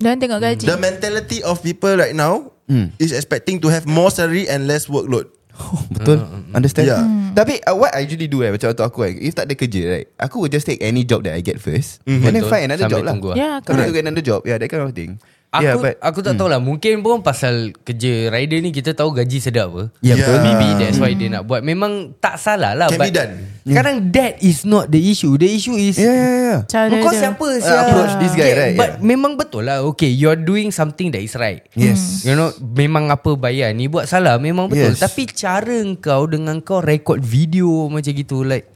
Speaker 4: Dan tengok gaji
Speaker 6: The mentality of people right now
Speaker 2: Hmm.
Speaker 6: is expecting to have more salary and less workload.
Speaker 3: Oh,
Speaker 2: Betul Hmm. Understand
Speaker 6: Yeah.
Speaker 2: yeah. Tapi uh, what I usually do eh, Macam untuk aku eh, If tak ada kerja right Aku will just take any job That I get first mm-hmm. And then
Speaker 3: Hmm. Betul.
Speaker 2: find another
Speaker 3: Sambil
Speaker 2: job lah
Speaker 3: tunggu lah.
Speaker 4: Yeah,
Speaker 2: Kau
Speaker 4: correct.
Speaker 2: nak get another job Yeah that kind of thing
Speaker 3: Aku,
Speaker 2: Yeah but
Speaker 3: aku tak tahulah Mungkin pun pasal Kerja rider ni Kita tahu gaji sedap apa
Speaker 6: Yeah.
Speaker 2: Yeah,
Speaker 6: betul.
Speaker 3: Maybe that's why dia nak buat Memang tak salah lah
Speaker 6: Can be
Speaker 3: but
Speaker 6: done.
Speaker 3: Sekarang that is not the issue The issue is
Speaker 2: Yeah yeah yeah
Speaker 4: Cara
Speaker 3: Kau
Speaker 4: dia.
Speaker 3: siapa
Speaker 2: uh, Approach this guy
Speaker 3: Yeah,
Speaker 2: right
Speaker 3: But memang betul lah Okay you're doing something that is right Hmm.
Speaker 2: Yes.
Speaker 3: You know Memang apa bayar ni Buat salah memang betul
Speaker 2: Yes.
Speaker 3: yes. Tapi cara kau Dengan kau record video Macam gitu like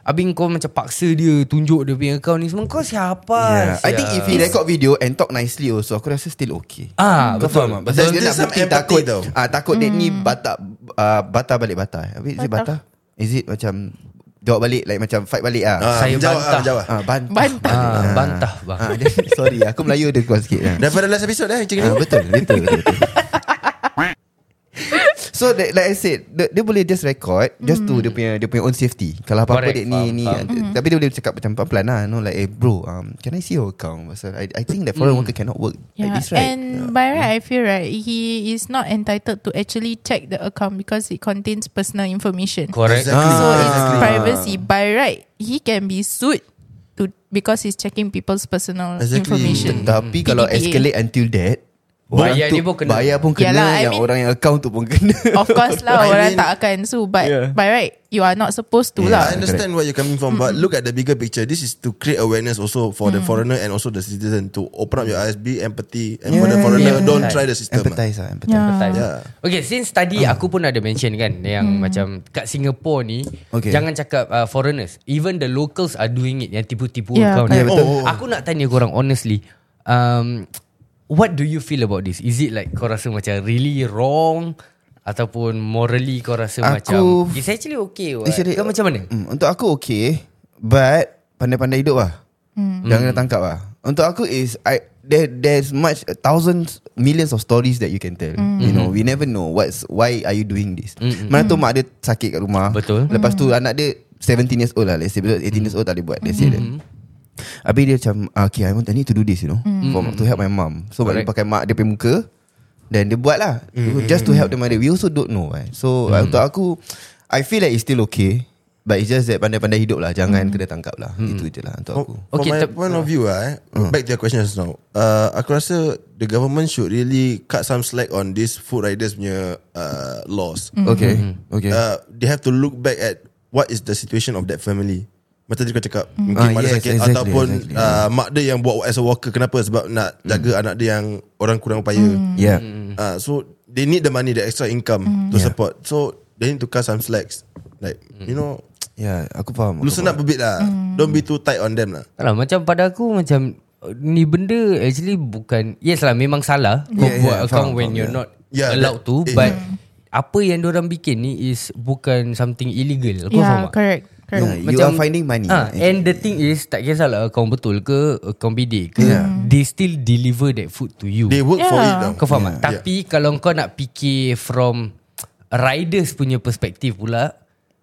Speaker 3: Abang kau macam paksa dia Tunjuk dia punya account ni semua Kau siapa
Speaker 2: yeah.
Speaker 3: sia?
Speaker 2: I think if he record video And talk nicely also Aku rasa still okay
Speaker 3: Ah
Speaker 2: Kau
Speaker 3: betul
Speaker 2: faham tak? Pasal
Speaker 6: Betul.
Speaker 2: dia
Speaker 6: There's
Speaker 2: nak
Speaker 6: some
Speaker 2: bukti
Speaker 6: empathy
Speaker 2: takut
Speaker 6: tau.
Speaker 2: ah, Takut dia ni batak ah, Batar balik batar Is it
Speaker 4: Hmm. Batar.
Speaker 2: batar? Is it macam Jawab balik Like macam fight balik ah.
Speaker 6: Ah,
Speaker 3: Saya
Speaker 6: menjawab,
Speaker 3: bantah.
Speaker 6: ah, menjawab.
Speaker 2: Ah, bantah
Speaker 4: Bantah.
Speaker 3: ah, Bantah bang
Speaker 2: Ah, dia- <laughs> Sorry aku Melayu ada kurang
Speaker 6: <laughs>
Speaker 2: sikit ah.
Speaker 6: Daripada last episode eh, macam ni.
Speaker 2: Ah, betul, betul, betul, betul. <laughs> So that, like I said the, Dia boleh just record Just
Speaker 4: Hmm.
Speaker 2: to dia punya Dia punya own safety Kalau apa-apa
Speaker 3: Correct,
Speaker 2: dia ni,
Speaker 3: faham,
Speaker 2: ni
Speaker 3: faham.
Speaker 2: uh, Tapi dia boleh cakap Macam pelan-pelan lah you know, Like eh bro um, Can I see your account Pasal I, I think that foreign worker Cannot work
Speaker 4: Hmm. Yeah.
Speaker 2: like this right
Speaker 4: Ya. And by right, I feel right, he is not entitled to actually check the account because it contains personal information.
Speaker 3: Correct
Speaker 6: <laughs> Exactly.
Speaker 4: So it's
Speaker 2: Ah.
Speaker 4: privacy. By right, he can be sued to because he's checking people's personal
Speaker 6: Exactly.
Speaker 2: <laughs>
Speaker 4: information.
Speaker 2: Mm-hmm. Tapi kalau
Speaker 4: PDPA.
Speaker 2: escalate until that orang
Speaker 3: Bayar
Speaker 2: tu-
Speaker 3: dia pun kena.
Speaker 2: Bayar pun kena
Speaker 4: Yalah, I
Speaker 2: Yang
Speaker 4: mean-
Speaker 2: orang yang account tu pun kena
Speaker 4: Of course
Speaker 6: I
Speaker 4: lah, orang
Speaker 6: mean-
Speaker 4: tak akan sue. But
Speaker 2: Yeah.
Speaker 4: by right, you are not supposed to
Speaker 6: I
Speaker 4: lah.
Speaker 6: understand where you're coming from, but look at the bigger picture. This is to create awareness also for the foreigner and also the citizen to open up your eyes, be empathy, and for the
Speaker 2: Yeah.
Speaker 6: foreigner,
Speaker 3: Yeah.
Speaker 6: don't try the system. ah.
Speaker 2: Empathize lah empathize.
Speaker 4: Yeah.
Speaker 3: time.
Speaker 6: Yeah. Hmm.
Speaker 3: Okay, since tadi aku pun ada mention kan yang
Speaker 4: Hmm.
Speaker 3: macam kat Singapore ni okay.
Speaker 2: Okay.
Speaker 3: jangan cakap uh, foreigners, even the locals are doing it yang tipu-tipu
Speaker 4: Yeah,
Speaker 3: account.
Speaker 4: correct.
Speaker 2: Yeah, betul.
Speaker 6: Oh, oh.
Speaker 3: Aku nak tanya korang honestly. Um what do you feel about this? Is it like kau rasa macam really wrong ataupun morally kau rasa
Speaker 2: Aku-
Speaker 3: macam it's actually okay what?
Speaker 2: Actually,
Speaker 3: kau macam mana?
Speaker 2: Mm, untuk aku okay But Pandai-pandai hidup lah
Speaker 4: Hmm.
Speaker 2: mm. Jangan kena tangkap lah Untuk aku is I there, There's much Thousands Millions of stories That you can tell
Speaker 4: Hmm.
Speaker 2: mm. You know We never know What's Why are you doing this mm. Mana tu mak dia sakit kat rumah
Speaker 3: Betul.
Speaker 2: Lepas tu
Speaker 4: Hmm.
Speaker 2: anak dia 17 years old lah Let's say betul, 18 years old tak boleh buat Let's say mm. Habis dia macam ah, Okay I want I need to do this you know mm. For to help my mom So mak dia
Speaker 3: Correct.
Speaker 2: pakai mak dia punya muka Then dia buat lah mm. Just to help the mother We also don't know eh. So mm. untuk aku I feel like it's still okay But it's just that Pandai-pandai hidup lah Jangan mm. kena tangkap lah mm. Itu je lah untuk
Speaker 6: For,
Speaker 2: aku
Speaker 6: okay,
Speaker 3: Okay,
Speaker 6: Oh, from my
Speaker 3: tep-
Speaker 6: point of view ah, eh,
Speaker 2: Hmm.
Speaker 6: back to your questions now. Uh, aku rasa the government should really cut some slack on this food riders punya uh, laws.
Speaker 2: Okay Okay
Speaker 6: Uh, they have to look back at what is the situation of that family. Macam tadi kau cakap Mungkin
Speaker 2: Ah,
Speaker 6: mak dia
Speaker 2: yes,
Speaker 6: sakit
Speaker 2: exactly,
Speaker 6: Ataupun
Speaker 2: exactly. Hmm.
Speaker 6: Uh, Mak dia yang buat as a worker Kenapa Sebab nak jaga anak dia yang Orang kurang upaya
Speaker 2: Yeah Hmm.
Speaker 6: uh, So they need the money, the extra income to
Speaker 2: Yeah.
Speaker 6: support. So they need to cut some slacks. Like you know,
Speaker 2: Yeah, aku faham.
Speaker 6: loosen up a bit lah.
Speaker 2: Hmm.
Speaker 6: Don't be too tight on them lah.
Speaker 3: Tak lah, macam pada aku macam uh, ni benda actually bukan yes lah memang salah yeah, kau buat
Speaker 2: Yeah, yeah,
Speaker 3: account
Speaker 2: Ya, faham, ya.
Speaker 3: when
Speaker 2: faham,
Speaker 3: you're
Speaker 6: yeah.
Speaker 3: not
Speaker 6: Yeah,
Speaker 3: allowed
Speaker 6: that-
Speaker 3: to
Speaker 6: eh,
Speaker 3: but apa yang orang bikin ni is bukan something illegal kau faham
Speaker 4: Yeah,
Speaker 3: tak?
Speaker 4: Ya, correct.
Speaker 2: Yeah,
Speaker 4: Correct.
Speaker 2: you are finding money.
Speaker 3: Ah,
Speaker 2: Eh.
Speaker 3: and the thing is tak kisahlah account betul ke account bidik ke yeah.
Speaker 2: Yeah.
Speaker 3: they still deliver that food to you
Speaker 6: They work for
Speaker 4: Yeah.
Speaker 6: it now.
Speaker 3: Kau faham
Speaker 6: Yeah.
Speaker 3: tak? Tapi
Speaker 2: Ya.
Speaker 3: kalau kau nak fikir from riders punya perspektif pula,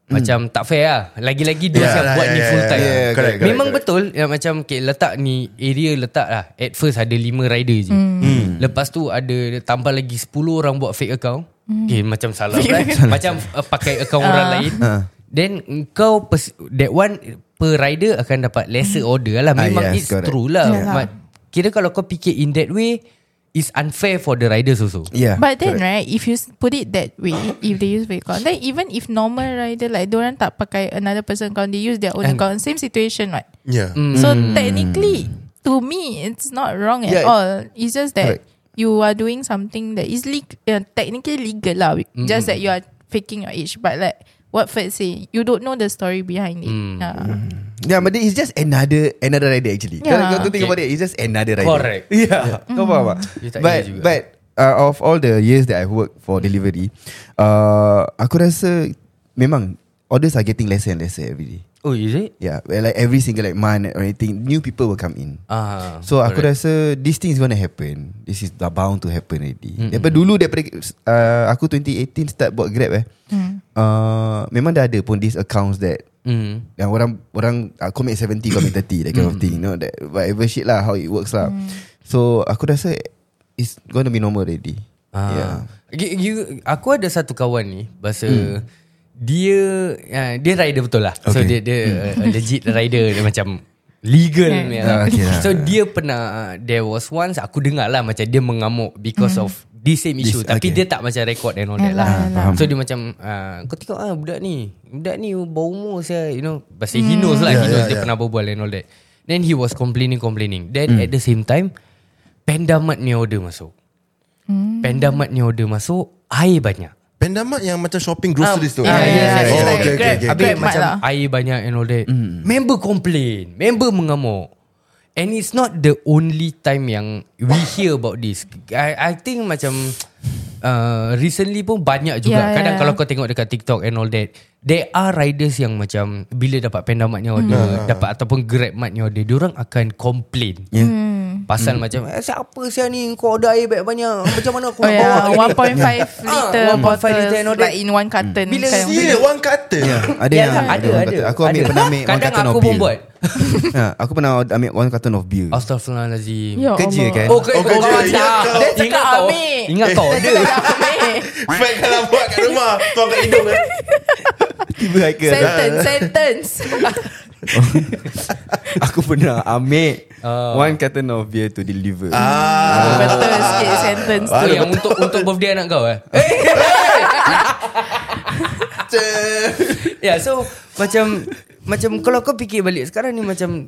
Speaker 2: Hmm.
Speaker 3: macam tak fair lah. Lagi-lagi dia
Speaker 2: Ya,
Speaker 6: Yeah,
Speaker 3: yeah,
Speaker 6: lah,
Speaker 3: buat
Speaker 6: yeah,
Speaker 3: ni
Speaker 6: yeah,
Speaker 3: full
Speaker 6: yeah,
Speaker 3: time.
Speaker 2: yeah,
Speaker 3: lah.
Speaker 2: ya. correct,
Speaker 6: correct,
Speaker 3: Memang
Speaker 6: correct.
Speaker 3: betul ya, macam okay, letak ni area letak lah. At first ada 5 rider je.
Speaker 2: Hmm.
Speaker 3: Mm. Lepas tu ada tambah lagi 10 orang buat fake account. Okay, macam salah right? macam uh, pakai account orang lain.
Speaker 2: Ha.
Speaker 3: Then kau pers- that one per rider akan dapat lesser order lah.
Speaker 2: Ah,
Speaker 3: Memang
Speaker 2: yes,
Speaker 3: it's
Speaker 2: correct.
Speaker 3: true lah.
Speaker 4: Yalah.
Speaker 3: Ma- Kira kalau kau fikir in that way It's unfair for the riders also
Speaker 2: Yeah.
Speaker 4: But then right If you s- put it that way If they use fake account Then even if normal rider Like diorang tak pakai Another person account They use their own
Speaker 3: And-
Speaker 4: account Same situation right
Speaker 6: Yeah.
Speaker 3: Hmm.
Speaker 2: Hmm.
Speaker 4: So technically To me It's not wrong at
Speaker 2: Yeah.
Speaker 4: all It's just that
Speaker 2: Correct.
Speaker 4: You are doing something That is leg- uh, technically legal lah
Speaker 2: Hmm.
Speaker 4: Just that you are Faking your age But like What Fred say You don't know the story behind it
Speaker 2: Hmm.
Speaker 4: Ah.
Speaker 2: Yeah, but then it's just another another rider actually.
Speaker 4: Yeah.
Speaker 2: Yeah. Kalau kau think
Speaker 3: Okay.
Speaker 2: about it, it's just another rider.
Speaker 3: Correct.
Speaker 2: Yeah. <laughs> Kau faham tak?
Speaker 3: You tak
Speaker 2: But
Speaker 3: kira juga.
Speaker 2: but uh, of all the years that I've worked for delivery, uh, aku rasa memang orders are getting lesser and lesser every day.
Speaker 3: Oh is it?
Speaker 2: Yeah, well, like every single like month or anything, new people will come in.
Speaker 3: Ah,
Speaker 2: So aku rasa This thing is gonna happen This is dah bound to happen already mm-hmm. Daripada dulu Daripada uh, Aku 2018 start buat grab eh mm.
Speaker 3: Hmm.
Speaker 2: uh, Memang dah ada pun These accounts that
Speaker 3: mm.
Speaker 2: Yang orang Orang uh, Kau make 70 Kau make 30 That kind of thing you know, that, Whatever shit lah How it works lah
Speaker 3: Mm.
Speaker 2: So aku rasa It's gonna be normal already
Speaker 3: ah.
Speaker 2: Yeah
Speaker 3: you, you, Aku ada satu kawan ni Bahasa Dia uh, Dia rider betul lah okay. So dia,
Speaker 2: Hmm. Okay.
Speaker 3: dia uh, legit rider Dia macam Legal ni lah.
Speaker 2: Ah, okay lah.
Speaker 3: So dia pernah uh, There was once Aku dengar lah Macam dia mengamuk Because of This same issue
Speaker 2: Hmm. This-
Speaker 3: Tapi
Speaker 2: okay.
Speaker 3: dia tak macam record And all that lah
Speaker 4: Yalah, Ah,
Speaker 2: yalah. faham.
Speaker 3: So dia macam uh, Kau tengok ah budak ni Budak ni bau umur saya You know Bahasa he
Speaker 2: Hmm.
Speaker 3: knows lah
Speaker 6: Yeah,
Speaker 3: He knows
Speaker 6: yeah,
Speaker 3: dia
Speaker 6: yeah.
Speaker 3: pernah berbual And all that Then he was complaining Complaining Then at the same time Pandamat ni order masuk Pandamat ni order masuk Air banyak
Speaker 6: Pandamat yang macam shopping groceries tu.
Speaker 3: Ah,
Speaker 4: yeah, yeah, yeah.
Speaker 6: Oh,
Speaker 4: Like
Speaker 6: okay, okay,
Speaker 4: Grab- Mm.
Speaker 6: okay.
Speaker 3: Habis
Speaker 4: Grab
Speaker 3: macam
Speaker 4: Mart lah.
Speaker 3: air banyak and all that Member complain Member mengamuk And it's not the only time yang We hear about this I, I think macam uh, Recently pun banyak juga
Speaker 4: Yeah,
Speaker 3: Kadang
Speaker 4: yeah.
Speaker 3: kalau kau tengok dekat TikTok and all that There are riders yang macam Bila dapat pendamat ni order
Speaker 4: Mm.
Speaker 3: Dapat ataupun grab mat ni order Diorang akan complain
Speaker 2: Yeah.
Speaker 4: Hmm.
Speaker 3: Pasal macam eh, Siapa siapa ni Kau order air banyak Macam
Speaker 4: <laughs>
Speaker 3: mana aku
Speaker 4: Oh
Speaker 3: nak bawa
Speaker 4: yeah,
Speaker 3: ni?"
Speaker 4: 1.5 liter
Speaker 3: Ah, 1.5
Speaker 4: bottle
Speaker 3: liter and all that.
Speaker 4: like in one carton.
Speaker 2: Hmm.
Speaker 3: Bila
Speaker 4: kind of
Speaker 6: Sila
Speaker 4: thing.
Speaker 6: orang kata. <laughs>
Speaker 2: Yeah, <laughs> ada
Speaker 3: Ya,
Speaker 2: yang
Speaker 3: ada, ada,
Speaker 2: orang
Speaker 3: ada.
Speaker 2: kata. Aku ambil
Speaker 3: Ada.
Speaker 2: pernah ambil one
Speaker 3: Kadang
Speaker 2: carton
Speaker 3: aku
Speaker 2: of
Speaker 3: pun
Speaker 2: beer.
Speaker 3: buat.
Speaker 2: <laughs> ha, aku pernah od- ambil one carton of beer.
Speaker 3: Ah, Astaghfirullahalazim.
Speaker 4: Ya
Speaker 2: Kerja
Speaker 4: Allah. <laughs>
Speaker 2: kan?
Speaker 3: Oh, kau
Speaker 6: Oh,
Speaker 3: kau
Speaker 6: kau-
Speaker 3: kau-
Speaker 6: ingat kau.
Speaker 3: Dia cakap
Speaker 4: Ingat
Speaker 3: kau.
Speaker 4: ambil.
Speaker 3: Ingat kau
Speaker 4: Dia
Speaker 3: order.
Speaker 4: cakap dah ambil.
Speaker 6: Fact kalau buat kat rumah, tuang kat hidung eh.
Speaker 2: Tiba Haikal.
Speaker 6: <laughs>
Speaker 4: Sentence, sentence.
Speaker 2: <laughs> Aku pernah ambil
Speaker 3: Ah.
Speaker 2: one carton of beer to deliver.
Speaker 6: Ah.
Speaker 4: Betul sikit sentence
Speaker 3: Tu
Speaker 4: tu.
Speaker 3: yang untuk untuk birthday anak kau
Speaker 2: <laughs>
Speaker 3: eh. <laughs> Ya, yeah, so macam macam kalau kau fikir balik sekarang ni macam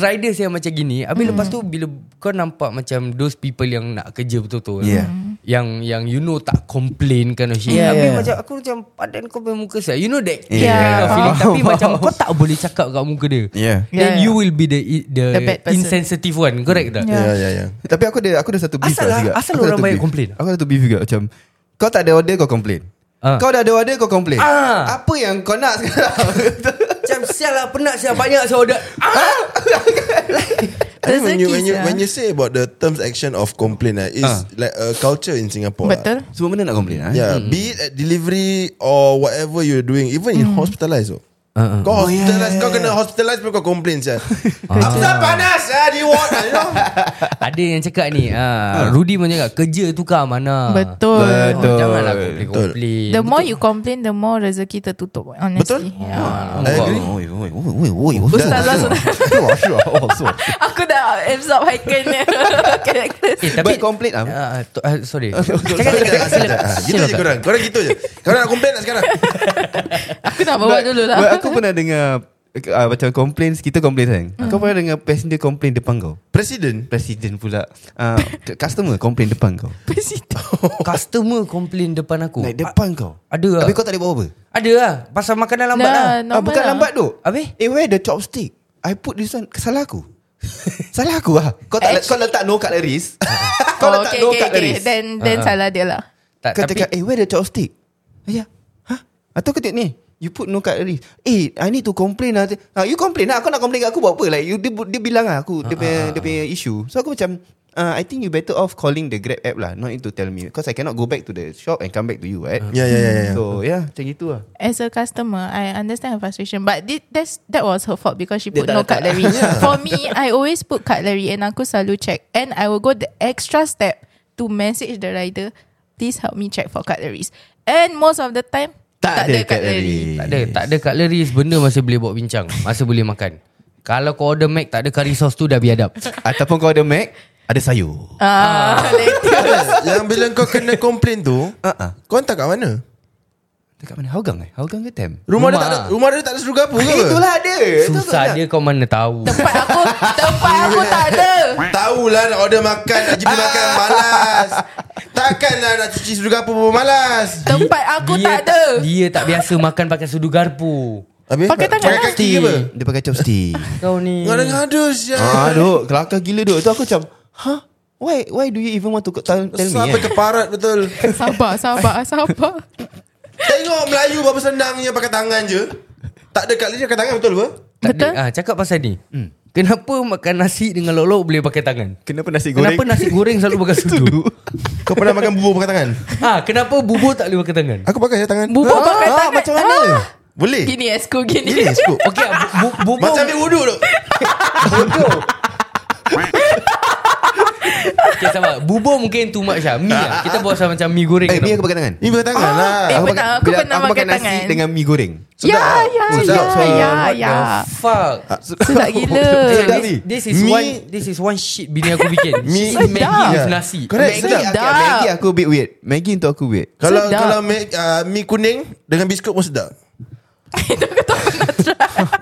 Speaker 3: riders yang macam gini, habis lepas tu bila kau nampak macam those people yang nak kerja betul-betul. eh?
Speaker 2: Yeah.
Speaker 3: Yang yang you know tak complain kind of shit.
Speaker 2: Yeah.
Speaker 3: Habis macam aku macam padan kau punya muka saya. You know that
Speaker 2: Yeah.
Speaker 3: kind of feeling
Speaker 2: Faham,
Speaker 3: tapi
Speaker 2: faham. <laughs>
Speaker 3: macam kau tak boleh cakap kat muka dia.
Speaker 2: Yeah.
Speaker 3: Then
Speaker 4: Yeah,
Speaker 3: you
Speaker 4: yeah.
Speaker 3: will be the the,
Speaker 4: The bad person.
Speaker 3: insensitive one, correct tak?
Speaker 6: Ya, ya, ya.
Speaker 2: Tapi aku ada aku ada satu beef
Speaker 3: Asal
Speaker 2: lah
Speaker 3: lah-
Speaker 2: juga.
Speaker 3: asal
Speaker 2: Aku ada
Speaker 3: orang
Speaker 2: satu
Speaker 3: banyak
Speaker 2: beef.
Speaker 3: complain?
Speaker 2: Aku ada satu beef juga macam kau tak ada order kau complain.
Speaker 3: Ah.
Speaker 2: Kau dah ada order kau complain.
Speaker 3: Ah.
Speaker 2: Apa yang kau nak sekarang?
Speaker 3: Macam sial lah penat sial banyak saya order. Ah!
Speaker 6: I think when you when you
Speaker 4: Rezeki
Speaker 6: when you
Speaker 4: sia.
Speaker 6: say about the terms action of complaint eh, is
Speaker 2: Ah.
Speaker 6: like a culture in Singapore.
Speaker 4: Betul.
Speaker 6: Lah.
Speaker 2: <laughs> Semua benda nak complain ah.
Speaker 6: Yeah, be it at delivery or whatever you're doing, even
Speaker 4: Hmm.
Speaker 6: in hospitalized. Oh.
Speaker 3: Ah, ah.
Speaker 6: Kau hospitalized, kau kena hospitalized pun kau complain
Speaker 4: <laughs>
Speaker 6: saja. Asal panas ah di ward, ah, you know.
Speaker 2: Oh,
Speaker 3: Ada yang cakap ni ah, Rudy pun cakap Kerja tukar mana
Speaker 4: Betul.
Speaker 3: Oh, janganlah
Speaker 6: Betul.
Speaker 3: komplain-komplain
Speaker 4: The more you complain, the more rezeki tertutup.
Speaker 6: Betul.
Speaker 4: Honestly.
Speaker 3: Ah,
Speaker 4: Yeah.
Speaker 6: I agree.
Speaker 2: Oi, oi, oi, oi, oi.
Speaker 4: Ustaz lah, Ustaz.
Speaker 2: <laughs> Wah, <laughs> sure. Oh, so.
Speaker 4: Aku dah absorb Haikal ni characters.
Speaker 3: Eh, tapi
Speaker 2: Tapi complain ah.
Speaker 3: Ah, ah, to- ah, Sorry
Speaker 6: Cakap
Speaker 3: Cakap
Speaker 6: cakap cakap. Ah, Gitu je
Speaker 3: Silakan.
Speaker 2: <laughs>
Speaker 6: korang Korang gitu je Korang nak complain tak sekarang
Speaker 4: <laughs> Aku nak bawa dulu lah.
Speaker 2: But aku pernah dengar uh, Macam complaints Kita complain kan
Speaker 4: Hmm.
Speaker 2: Kau pernah dengar Passenger complain depan kau
Speaker 6: Presiden
Speaker 2: Presiden pula uh, Customer complain depan kau
Speaker 3: Customer complain depan aku
Speaker 2: Like depan kau
Speaker 3: ada lah.
Speaker 2: Tapi kau tak boleh bawa apa
Speaker 3: Ada lah Pasal makanan lambat lah
Speaker 4: Lah,
Speaker 2: ah,
Speaker 4: normal
Speaker 2: Bukan
Speaker 4: lah.
Speaker 2: lambat tu
Speaker 3: Habis?
Speaker 2: Eh where the chopstick I put this one Salah aku Salah aku lah Kau tak kau letak no kat iris Kau
Speaker 4: Oh,
Speaker 2: letak no kat iris
Speaker 4: Then,
Speaker 3: Ah,
Speaker 4: then
Speaker 3: ah.
Speaker 4: salah dia lah
Speaker 3: tak,
Speaker 2: Kau
Speaker 3: Tapi
Speaker 2: cakap Eh where the chopstick Ya Hah Atau kau tengok ni You put no kat iris Eh I need to complain lah ah, You complain lah Kau nak complain kat aku buat apa Like you, dia, dia bilang lah aku dia, punya, dia punya issue So aku macam uh, I think you better off Calling the grab app lah Not need to tell me Because I cannot go back to the shop And come back to you right
Speaker 6: Ya ya ya ya.
Speaker 2: So yeah Macam gitu lah
Speaker 4: As a customer, I understand her frustration, but thi- that's that was her fault because she
Speaker 2: Dia
Speaker 4: put
Speaker 2: tak
Speaker 4: no
Speaker 2: letak.
Speaker 4: cutlery. For me, I always put cutlery, and aku selalu check, and I will go the extra step to message the rider, please help me check for cutleries. And most of the time, tak, ada
Speaker 2: "Eh."
Speaker 4: cutlery.
Speaker 3: Tak ada, tak ada cutlery benda masih boleh buat bincang. Masih boleh makan. Kalau kau order Mac tak ada curry sauce tu dah biadab.
Speaker 2: Ataupun kau ada Mac Ada sayur
Speaker 4: <laughs> Ah,
Speaker 6: Yang bila kau kena complain tu,
Speaker 2: Ah, ah.
Speaker 6: kau hantar kat mana?
Speaker 2: Dekat mana? Hougang eh? Hougang ke Tem?
Speaker 6: Rumah, dia
Speaker 3: Rumah
Speaker 6: tak ada
Speaker 3: ah.
Speaker 6: rumah dia tak ada surga apa ke?
Speaker 2: Itulah ada
Speaker 3: Susah dia kau mana tahu.
Speaker 4: tempat aku, tempat aku tak ada.
Speaker 6: Tahu lah nak order makan Nak pergi beli <laughs> makan Malas Takkan lah nak cuci surga apa pun Malas
Speaker 4: Tempat aku tak ada.
Speaker 3: Dia tak biasa makan pakai sudu garpu.
Speaker 6: Habis
Speaker 4: Pakai tangan
Speaker 6: Pakai
Speaker 4: lah.
Speaker 6: kaki ke apa?
Speaker 2: Dia pakai <laughs> chopstick
Speaker 3: Kau ni.
Speaker 6: Nggak ada ngada siya
Speaker 2: Ah, duk Kelakar gila duk Tu aku macam Huh? Why why do you even want to tell, tell me
Speaker 6: Sampai
Speaker 2: eh?
Speaker 6: keparat betul
Speaker 4: Sabar, sabar, sabar.
Speaker 6: Tengok Melayu Bapa senangnya pakai tangan je Tak ada kat lidah pakai tangan betul apa?
Speaker 3: Tak
Speaker 4: Betul?
Speaker 3: ada. Ah, cakap pasal ni. Kenapa makan nasi dengan lolok boleh pakai tangan?
Speaker 2: Kenapa nasi
Speaker 3: Kenapa nasi goreng selalu
Speaker 2: <laughs>
Speaker 3: pakai sudu?
Speaker 6: Kau pernah makan bubur pakai tangan?
Speaker 3: ha, kenapa bubur tak boleh pakai tangan?
Speaker 6: Aku pakai je tangan
Speaker 4: Bubur pakai tangan.
Speaker 6: Macam mana?
Speaker 4: Ah.
Speaker 6: Boleh?
Speaker 4: Gini esku, gini.
Speaker 6: Gini
Speaker 2: Oh.
Speaker 6: skop
Speaker 3: Okey, bu, bu, bubur
Speaker 6: Macam ambil wuduk tu
Speaker 3: bodoh. okay, sabar. Bubur mungkin too much lah. Mi lah. Kita buat macam mi goreng.
Speaker 2: Ah. Eh,
Speaker 3: tau.
Speaker 2: mi aku pakai tangan
Speaker 6: Ini pakai tangan
Speaker 4: Ah,
Speaker 6: lah
Speaker 4: eh,
Speaker 2: Aku
Speaker 4: betul, aku
Speaker 2: bila
Speaker 4: pernah
Speaker 2: aku
Speaker 4: pakai
Speaker 2: makan nasi
Speaker 4: tangan.
Speaker 2: dengan mi goreng
Speaker 4: <laughs> Ya, ya,
Speaker 2: sedap,
Speaker 4: ya,
Speaker 2: sedap.
Speaker 4: ya,
Speaker 3: What
Speaker 4: ya.
Speaker 3: the fuck?
Speaker 2: Ah,
Speaker 4: Sedap gila.
Speaker 2: Sedap ni.
Speaker 3: This, this is
Speaker 6: Mi-
Speaker 3: one This is one shit Bini aku bikin
Speaker 2: <laughs>
Speaker 6: Mi-
Speaker 3: She's Maggi with
Speaker 6: Yeah.
Speaker 3: nasi
Speaker 6: Correct
Speaker 2: Sedap
Speaker 6: sedap
Speaker 2: okay,
Speaker 4: sedap.
Speaker 2: Maggi aku a bit weird Maggi untuk aku weird
Speaker 6: Kalau
Speaker 4: Sedap.
Speaker 6: kalau make, uh, mi kuning Dengan biskut pun sedap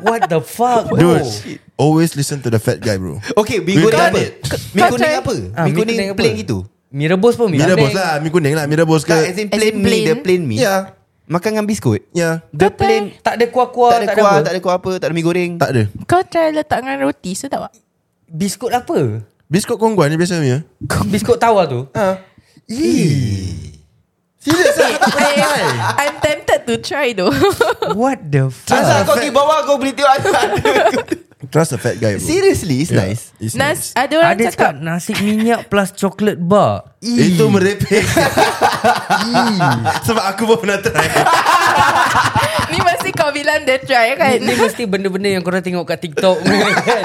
Speaker 3: What the fuck bro
Speaker 6: Dude Always listen to the fat guy bro
Speaker 2: Okay, mi
Speaker 6: We've
Speaker 2: goreng
Speaker 6: done
Speaker 2: apa?
Speaker 6: it.
Speaker 2: Mi
Speaker 4: Kau try.
Speaker 2: kuning apa?
Speaker 3: Ah,
Speaker 2: Mi
Speaker 3: mi
Speaker 2: kuning
Speaker 3: kuning apa?
Speaker 2: plain gitu
Speaker 3: Mi rebus pun mi
Speaker 6: Mi rebus
Speaker 3: kambing.
Speaker 6: lah Mi kuning lah Mi rebus
Speaker 2: Tak, as
Speaker 6: ke
Speaker 2: in
Speaker 4: As
Speaker 2: plain
Speaker 4: in
Speaker 2: mi The
Speaker 4: plain.
Speaker 2: plain mi
Speaker 6: Ya
Speaker 2: Makan dengan biskut
Speaker 6: Ya
Speaker 2: The
Speaker 4: Apa?
Speaker 2: plain
Speaker 3: Tak ada kuah-kuah
Speaker 2: Tak ada kuah
Speaker 3: apa.
Speaker 2: Tak ada kuah apa Tak ada mi goreng
Speaker 6: Tak ada
Speaker 4: Kau try letak dengan roti sedap tak?
Speaker 3: Biskut apa
Speaker 6: Biskut kongguan ni ya? biasanya
Speaker 3: Biskut tawar tu
Speaker 6: Ha Serius lah tak pernah try
Speaker 4: I'm tempted to try though. <laughs>
Speaker 3: What the fuck
Speaker 2: Asal kau pergi bawah Kau beli tengok
Speaker 6: Trust the fat guy bro
Speaker 2: Seriously It's nice
Speaker 6: It's
Speaker 4: Nas,
Speaker 6: nice
Speaker 4: ada orang
Speaker 3: Ada cakap
Speaker 4: cakap,
Speaker 3: nasi minyak plus coklat bar
Speaker 2: E.
Speaker 6: Itu merepek <laughs> Sebab aku pun pernah try
Speaker 4: ni mesti kau bilang dia try kan?
Speaker 3: Ni mesti benda-benda yang korang tengok kat
Speaker 4: <laughs>
Speaker 3: TikTok kan?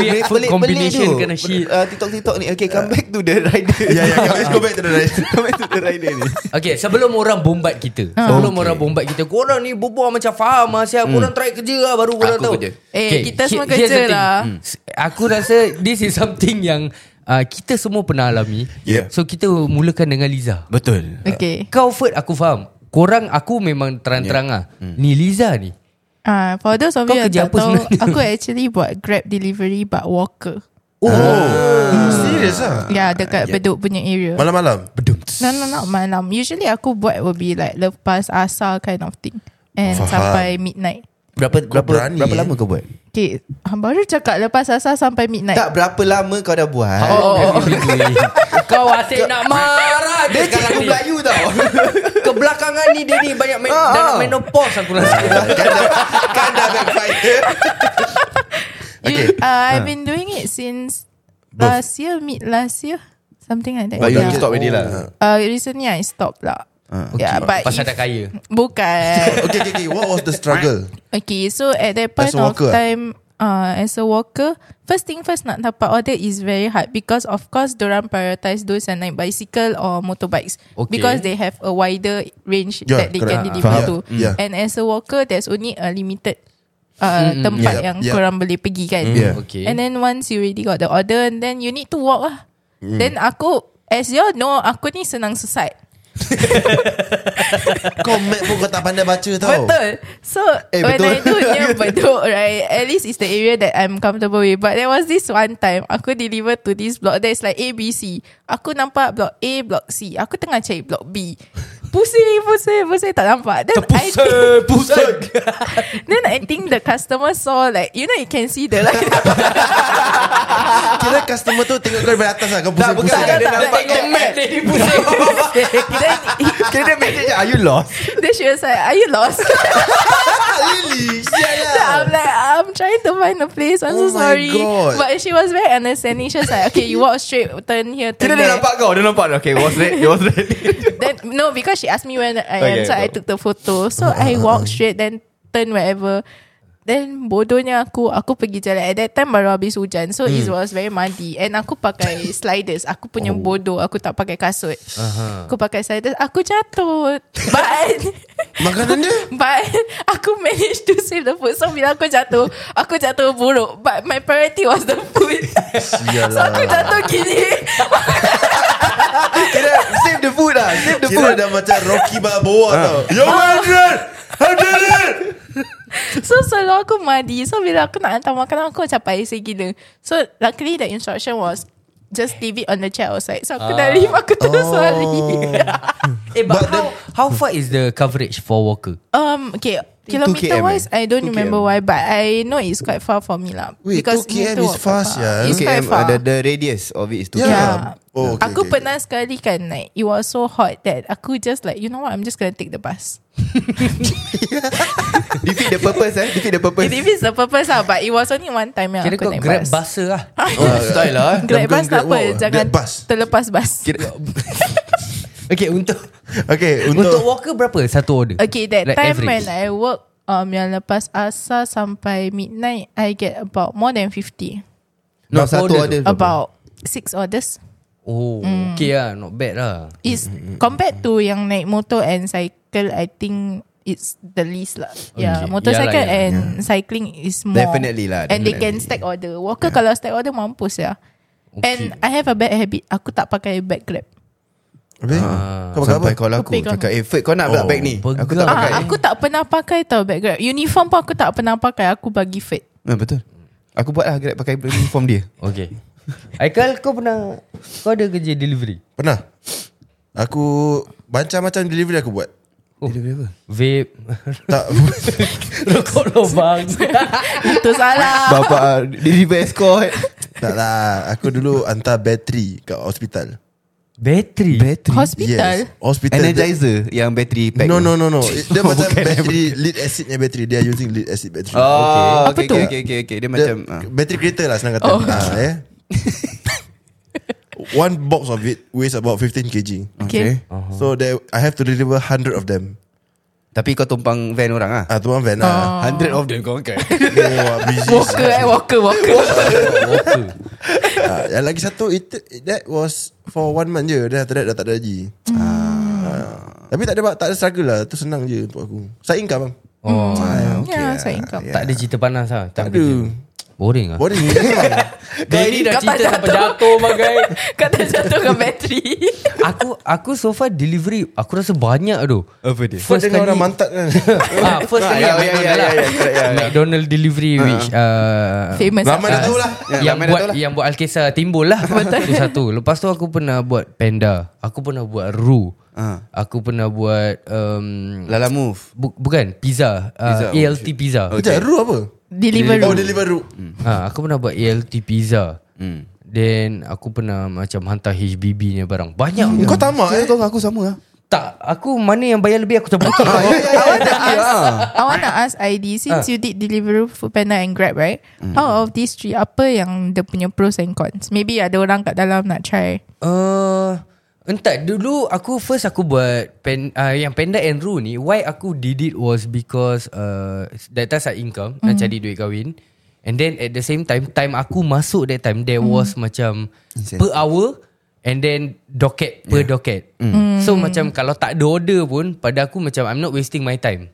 Speaker 3: Weird food combination kena shit
Speaker 2: uh, TikTok-Tiktok ni Okay come back to the <laughs> rider
Speaker 6: Ya ya Let's go back to the rice
Speaker 2: Come back to the rider ni
Speaker 3: Okay sebelum orang bombat kita
Speaker 4: Ha.
Speaker 3: Sebelum orang bombat kita Korang ni berbual macam faham lah Siap korang try kerja lah Baru korang
Speaker 2: Aku
Speaker 3: tahu
Speaker 2: kerja.
Speaker 4: Hmm. Eh, kita semua
Speaker 3: here's the
Speaker 4: kerja
Speaker 3: thing.
Speaker 4: lah.
Speaker 3: Hmm. S- Aku rasa This is something yang uh, Kita semua pernah alami
Speaker 2: Yeah.
Speaker 3: So kita mulakan dengan Liza
Speaker 2: Betul
Speaker 4: Okay.
Speaker 3: Kau Ferd aku faham Korang aku memang terang-terang lah
Speaker 4: Hmm.
Speaker 3: Ni Liza ni
Speaker 4: Ah, for those of
Speaker 3: Kau
Speaker 4: you yang
Speaker 3: kerja
Speaker 4: tak
Speaker 3: apa
Speaker 4: tahu,
Speaker 3: sebenarnya?
Speaker 4: aku actually buat Grab delivery but walker.
Speaker 6: Serius lah
Speaker 4: Ya, yeah, dekat Bedok punya area.
Speaker 6: Malam-malam
Speaker 4: No, no, no, malam. Usually aku buat will be like lepas asar kind of thing. And
Speaker 6: Faham.
Speaker 4: sampai midnight.
Speaker 2: Berapa berapa
Speaker 6: berani,
Speaker 2: berapa
Speaker 6: eh.
Speaker 2: lama kau buat?
Speaker 4: Okay, ah, baru cakap lepas asar sampai midnight.
Speaker 2: Tak berapa lama kau dah buat?
Speaker 3: Oh, <laughs> Kau asyik nak marah Dia sekarang ni
Speaker 2: <laughs> tau.
Speaker 3: Kebelakangan ni dia ni Banyak men- dah nak menopause aku ah. rasa
Speaker 6: Kan dah backfire
Speaker 4: You, uh, I've been doing it since last year, mid last year, something like that.
Speaker 2: But you
Speaker 4: Yeah.
Speaker 2: stop already lah.
Speaker 4: Uh, recently I stopped lah.
Speaker 6: Ah,
Speaker 4: Uh, yeah, but
Speaker 3: Pasal
Speaker 4: if-
Speaker 3: dah kaya
Speaker 6: <laughs>
Speaker 4: Bukan.
Speaker 6: <laughs> Okay okay okay What was the struggle
Speaker 4: okay, so at that
Speaker 6: As a
Speaker 4: point of
Speaker 6: worker, eh?
Speaker 4: time, uh, as a worker, first thing first nak dapat order is very hard because of course dorang prioritise those yang naik bicycle or motorbikes
Speaker 3: Okay.
Speaker 4: because they have a wider range
Speaker 6: Yeah,
Speaker 4: that they
Speaker 6: correct.
Speaker 4: can deliver
Speaker 6: Faham.
Speaker 4: to.
Speaker 6: Yeah.
Speaker 4: And as a worker, there's only a limited uh, tempat
Speaker 6: Yep,
Speaker 4: yang
Speaker 6: yep.
Speaker 4: korang boleh pergi kan.
Speaker 2: Mm.
Speaker 6: Hmm. Yeah.
Speaker 3: Hmm, Okay
Speaker 4: And then once you already got the
Speaker 6: Hmm.
Speaker 4: order, and then you need to walk lah. Then aku, as you all know, aku ni senang sesat.
Speaker 6: Kau map pun kau tak pandai baca tau
Speaker 4: Betul So
Speaker 2: Oh. Eh,
Speaker 4: When
Speaker 2: betul.
Speaker 4: I
Speaker 2: <laughs>
Speaker 4: do near Bedok right At least it's the area That I'm comfortable with But there was this one time Aku deliver to this block There's like A, B, C Aku nampak block A, block C Aku tengah cari block
Speaker 2: <laughs>
Speaker 4: B Pusing, pusing, pusing Tak nampak Then I think,
Speaker 3: Pusat
Speaker 4: Then I think the customer saw Like You know you can see the like,
Speaker 2: <laughs>
Speaker 6: Kira customer tu tengok kau daripada atas lah Kau
Speaker 2: Tak, bukan
Speaker 6: pusing-pusing
Speaker 4: <laughs>
Speaker 2: Dia
Speaker 4: tak,
Speaker 2: nampak
Speaker 4: tak,
Speaker 2: kau
Speaker 4: tak.
Speaker 2: mad <laughs>
Speaker 4: Then
Speaker 2: Kira dia message Are you lost?
Speaker 4: Then she was like Are you
Speaker 6: <laughs>
Speaker 4: lost?
Speaker 6: Ah, Lily Sial
Speaker 4: So
Speaker 6: lah
Speaker 4: I'm like, I'm trying to find a place. I'm
Speaker 6: Oh
Speaker 4: so
Speaker 6: my
Speaker 4: sorry.
Speaker 6: God.
Speaker 4: But she was very understanding. She was like, okay, you walk straight, turn here,
Speaker 2: Kira
Speaker 4: turn
Speaker 2: dia
Speaker 4: there.
Speaker 2: nampak kau Dia nampak Okay was red It was red
Speaker 4: Then no, because she asked me when I
Speaker 2: Okay,
Speaker 4: am, so I
Speaker 2: go.
Speaker 4: took the photo. So
Speaker 6: Ah.
Speaker 4: I walk straight, then turn wherever. Then bodohnya aku Aku pergi jalan At that time baru habis hujan So it
Speaker 6: Hmm.
Speaker 4: was very muddy And aku pakai sliders Aku punya
Speaker 6: Oh.
Speaker 4: bodoh Aku tak pakai kasut Aku pakai sliders Aku jatuh But
Speaker 6: <laughs> Makanan dia
Speaker 4: <laughs> But aku managed to save the food. So bila aku jatuh, aku jatuh buruk. But my priority was the
Speaker 2: <laughs>
Speaker 4: food. so aku jatuh gini.
Speaker 2: Kira save the food lah Save the
Speaker 6: Kira
Speaker 2: food
Speaker 6: dah macam Rocky Balboa tau Ah.
Speaker 2: Yo Adrian Adrian
Speaker 4: So selalu aku mandi. So bila aku nak hantar makanan, aku macam paiseh gila. So luckily the instruction was just leave it on the chair outside. So aku dah
Speaker 2: Ah.
Speaker 4: leave, aku terus oh.
Speaker 3: <laughs> Eh but, how How far is the coverage For walker
Speaker 4: <laughs> um, okay.
Speaker 2: Think 2
Speaker 4: Kilometer
Speaker 2: km,
Speaker 4: wise, I
Speaker 2: eh?
Speaker 4: don't
Speaker 2: 2
Speaker 4: remember why, but I know it's quite far for me lah.
Speaker 6: Wait, 2
Speaker 4: you need
Speaker 6: km
Speaker 4: to
Speaker 6: is
Speaker 4: walk
Speaker 6: fast,
Speaker 4: far.
Speaker 6: yeah.
Speaker 4: It's
Speaker 2: Okay
Speaker 4: quite
Speaker 2: um,
Speaker 4: far.
Speaker 2: uh, the, the radius of it is 2
Speaker 6: Yeah.
Speaker 4: Yeah.
Speaker 6: Oh, okay,
Speaker 4: Ya. aku
Speaker 6: okay,
Speaker 4: pernah sekali kan like it was so hot that aku just like you know what I'm just gonna take the bus.
Speaker 2: Defeat the purpose eh Defeat the purpose
Speaker 4: If if it's the purpose lah but it was only one time yang
Speaker 3: Kira
Speaker 4: Ah, aku
Speaker 3: kau
Speaker 4: naik
Speaker 3: grab
Speaker 4: bus. Ah,
Speaker 3: buser
Speaker 4: <laughs>
Speaker 3: lah Style lah
Speaker 4: Grab
Speaker 6: Bukan
Speaker 4: bus tak
Speaker 6: grab
Speaker 4: apa
Speaker 6: walk, grab
Speaker 4: jangan
Speaker 6: bus.
Speaker 4: terlepas bus.
Speaker 3: <laughs> Okay untuk
Speaker 6: Okay
Speaker 3: Untuk
Speaker 6: Untuk
Speaker 3: walker berapa Satu order
Speaker 4: Okay that
Speaker 3: Like
Speaker 4: time
Speaker 3: average.
Speaker 4: when I work um yang lepas asar sampai midnight I get about more than 50.
Speaker 2: No
Speaker 3: Berapa
Speaker 2: satu
Speaker 3: order
Speaker 2: order
Speaker 3: tu?
Speaker 2: berapa?
Speaker 4: About six orders.
Speaker 3: Oh
Speaker 4: Hmm.
Speaker 3: Okay lah Not bad lah
Speaker 4: It's
Speaker 2: Mm-hmm,
Speaker 4: compared to yang naik motor and cycle I think it's the least lah. Yeah,
Speaker 3: Okay.
Speaker 4: motorcycle
Speaker 3: Yalah, yalah.
Speaker 4: and cycling is more.
Speaker 2: Definitely lah,
Speaker 4: And they can
Speaker 2: definitely.
Speaker 4: stack order. Walker yeah. kalau stack order mampus ya. Okay. And I have a bad habit. Aku tak pakai bag grab.
Speaker 6: Habis Kau pakai apa
Speaker 2: Ah, Sampai call aku
Speaker 4: Pegang.
Speaker 2: Cakap eh Fik kau nak
Speaker 6: Oh,
Speaker 2: tak bag ni Aku tak
Speaker 3: pegang.
Speaker 2: pakai
Speaker 4: Ah, aku tak pernah pakai tau bag grab. Uniform pun aku tak pernah pakai. Aku bagi fit.
Speaker 2: Ah, Betul Aku buat lah Grab pakai uniform <laughs> dia
Speaker 3: Okay Aikal kau pernah Kau ada kerja delivery
Speaker 6: Pernah Aku Macam-macam delivery aku buat
Speaker 2: Delivery apa?
Speaker 3: Oh. Vape
Speaker 2: <laughs>
Speaker 6: Tak <laughs>
Speaker 3: Rokok lubang
Speaker 4: Itu
Speaker 2: <laughs>
Speaker 4: salah.
Speaker 2: Bapa ah, Deliver escort
Speaker 6: Tak lah Aku dulu hantar bateri Kat hospital
Speaker 3: Bateri Bateri
Speaker 4: Hospital.
Speaker 6: Hospital
Speaker 2: Energizer Yang bateri pack
Speaker 6: No
Speaker 2: tu.
Speaker 6: no no
Speaker 2: <laughs>
Speaker 6: no It- Dia macam bateri Lead acidnya bateri They are using lead acid battery
Speaker 2: Oh,
Speaker 4: Apa
Speaker 2: okay,
Speaker 4: tu?
Speaker 2: okay, okay, okay, okay. Dia
Speaker 6: Dia,
Speaker 2: macam ah.
Speaker 6: Bateri kereta lah senang kata
Speaker 4: Oh.
Speaker 6: ah,
Speaker 4: <laughs>
Speaker 6: eh. One box of it Weighs about 15 kg Uh-huh.
Speaker 4: Okay.
Speaker 6: So there, I have to deliver 100 of them
Speaker 2: Tapi kau tumpang van orang ah.
Speaker 6: Ah, tu pun van lah
Speaker 2: 100 of them kau angkat.
Speaker 6: <laughs> Oh, busy
Speaker 4: Walker eh, walker,
Speaker 2: <laughs>
Speaker 4: walker.
Speaker 3: Walker
Speaker 6: Ah, Yang lagi satu it, it- That was For one month je Then after that dah tak ada lagi
Speaker 4: Hmm.
Speaker 6: ah. Tapi tak ada ba- tak ada struggle lah Tu senang je untuk aku Side income bang
Speaker 3: Oh
Speaker 2: uh,
Speaker 4: yeah, so income.
Speaker 3: Tak
Speaker 2: Ya.
Speaker 3: ada cerita panas lah
Speaker 6: Tak
Speaker 3: Tak
Speaker 6: ada.
Speaker 3: ada Boring lah
Speaker 2: <laughs>
Speaker 6: Boring memang.
Speaker 3: Dia ni dah cerita
Speaker 4: Kapan
Speaker 3: sampai
Speaker 4: jatuh?
Speaker 3: jatuh bagai
Speaker 4: <laughs> Kau tak jatuh ke
Speaker 2: <laughs>
Speaker 4: bateri.
Speaker 3: Aku aku so far delivery Aku rasa banyak tu
Speaker 2: Apa dia?
Speaker 6: Kau dengar orang mantap
Speaker 2: <laughs>
Speaker 6: kan
Speaker 3: ah, First kali
Speaker 2: ya,
Speaker 3: yang
Speaker 2: ya, ya,
Speaker 3: McDonald
Speaker 2: ya,
Speaker 3: lah.
Speaker 2: ya, correct, ya, ya.
Speaker 3: McDonald delivery Which uh,
Speaker 4: Famous.
Speaker 6: Ramai dah
Speaker 4: lah.
Speaker 6: tahu lah
Speaker 2: Ya,
Speaker 3: yang
Speaker 2: ramai dah
Speaker 3: buat
Speaker 2: tahu lah.
Speaker 3: yang buat Alkisah timbul <laughs> lah Itu satu Lepas tu aku pernah buat Panda Aku pernah buat Ru
Speaker 2: Ah.
Speaker 3: Aku pernah buat um,
Speaker 2: Lala move.
Speaker 3: bu- Bukan Pizza, uh,
Speaker 2: Pizza, oh,
Speaker 3: ALT Pizza
Speaker 6: Sekejap Ru apa
Speaker 4: Delivery.
Speaker 6: Oh Deliveroo
Speaker 2: Hmm.
Speaker 3: ha, Aku pernah buat ALT Pizza Then aku pernah macam hantar HBB ni barang Banyak
Speaker 6: Kau tamak eh
Speaker 2: Kau dengan aku sama lah.
Speaker 3: Tak Aku mana yang bayar lebih aku tak
Speaker 2: <laughs>
Speaker 3: pakai
Speaker 2: Oh,
Speaker 4: I want to ask I want to ask ID
Speaker 2: Ah.
Speaker 4: Since you did Deliveroo Foodpanda and Grab right
Speaker 2: Hmm.
Speaker 4: Out of these three Apa yang Dia punya pros and cons Maybe ada orang kat dalam Nak try
Speaker 3: Uh, entah dulu aku first aku buat pen, uh, yang Panda and Roo ni why aku did it was because uh, that time side income mm. nak cari duit kahwin and then at the same time time aku masuk that time there mm. was macam Incentive. per hour and then docket yeah. per docket mm. so macam kalau tak ada order pun pada aku macam I'm not wasting my time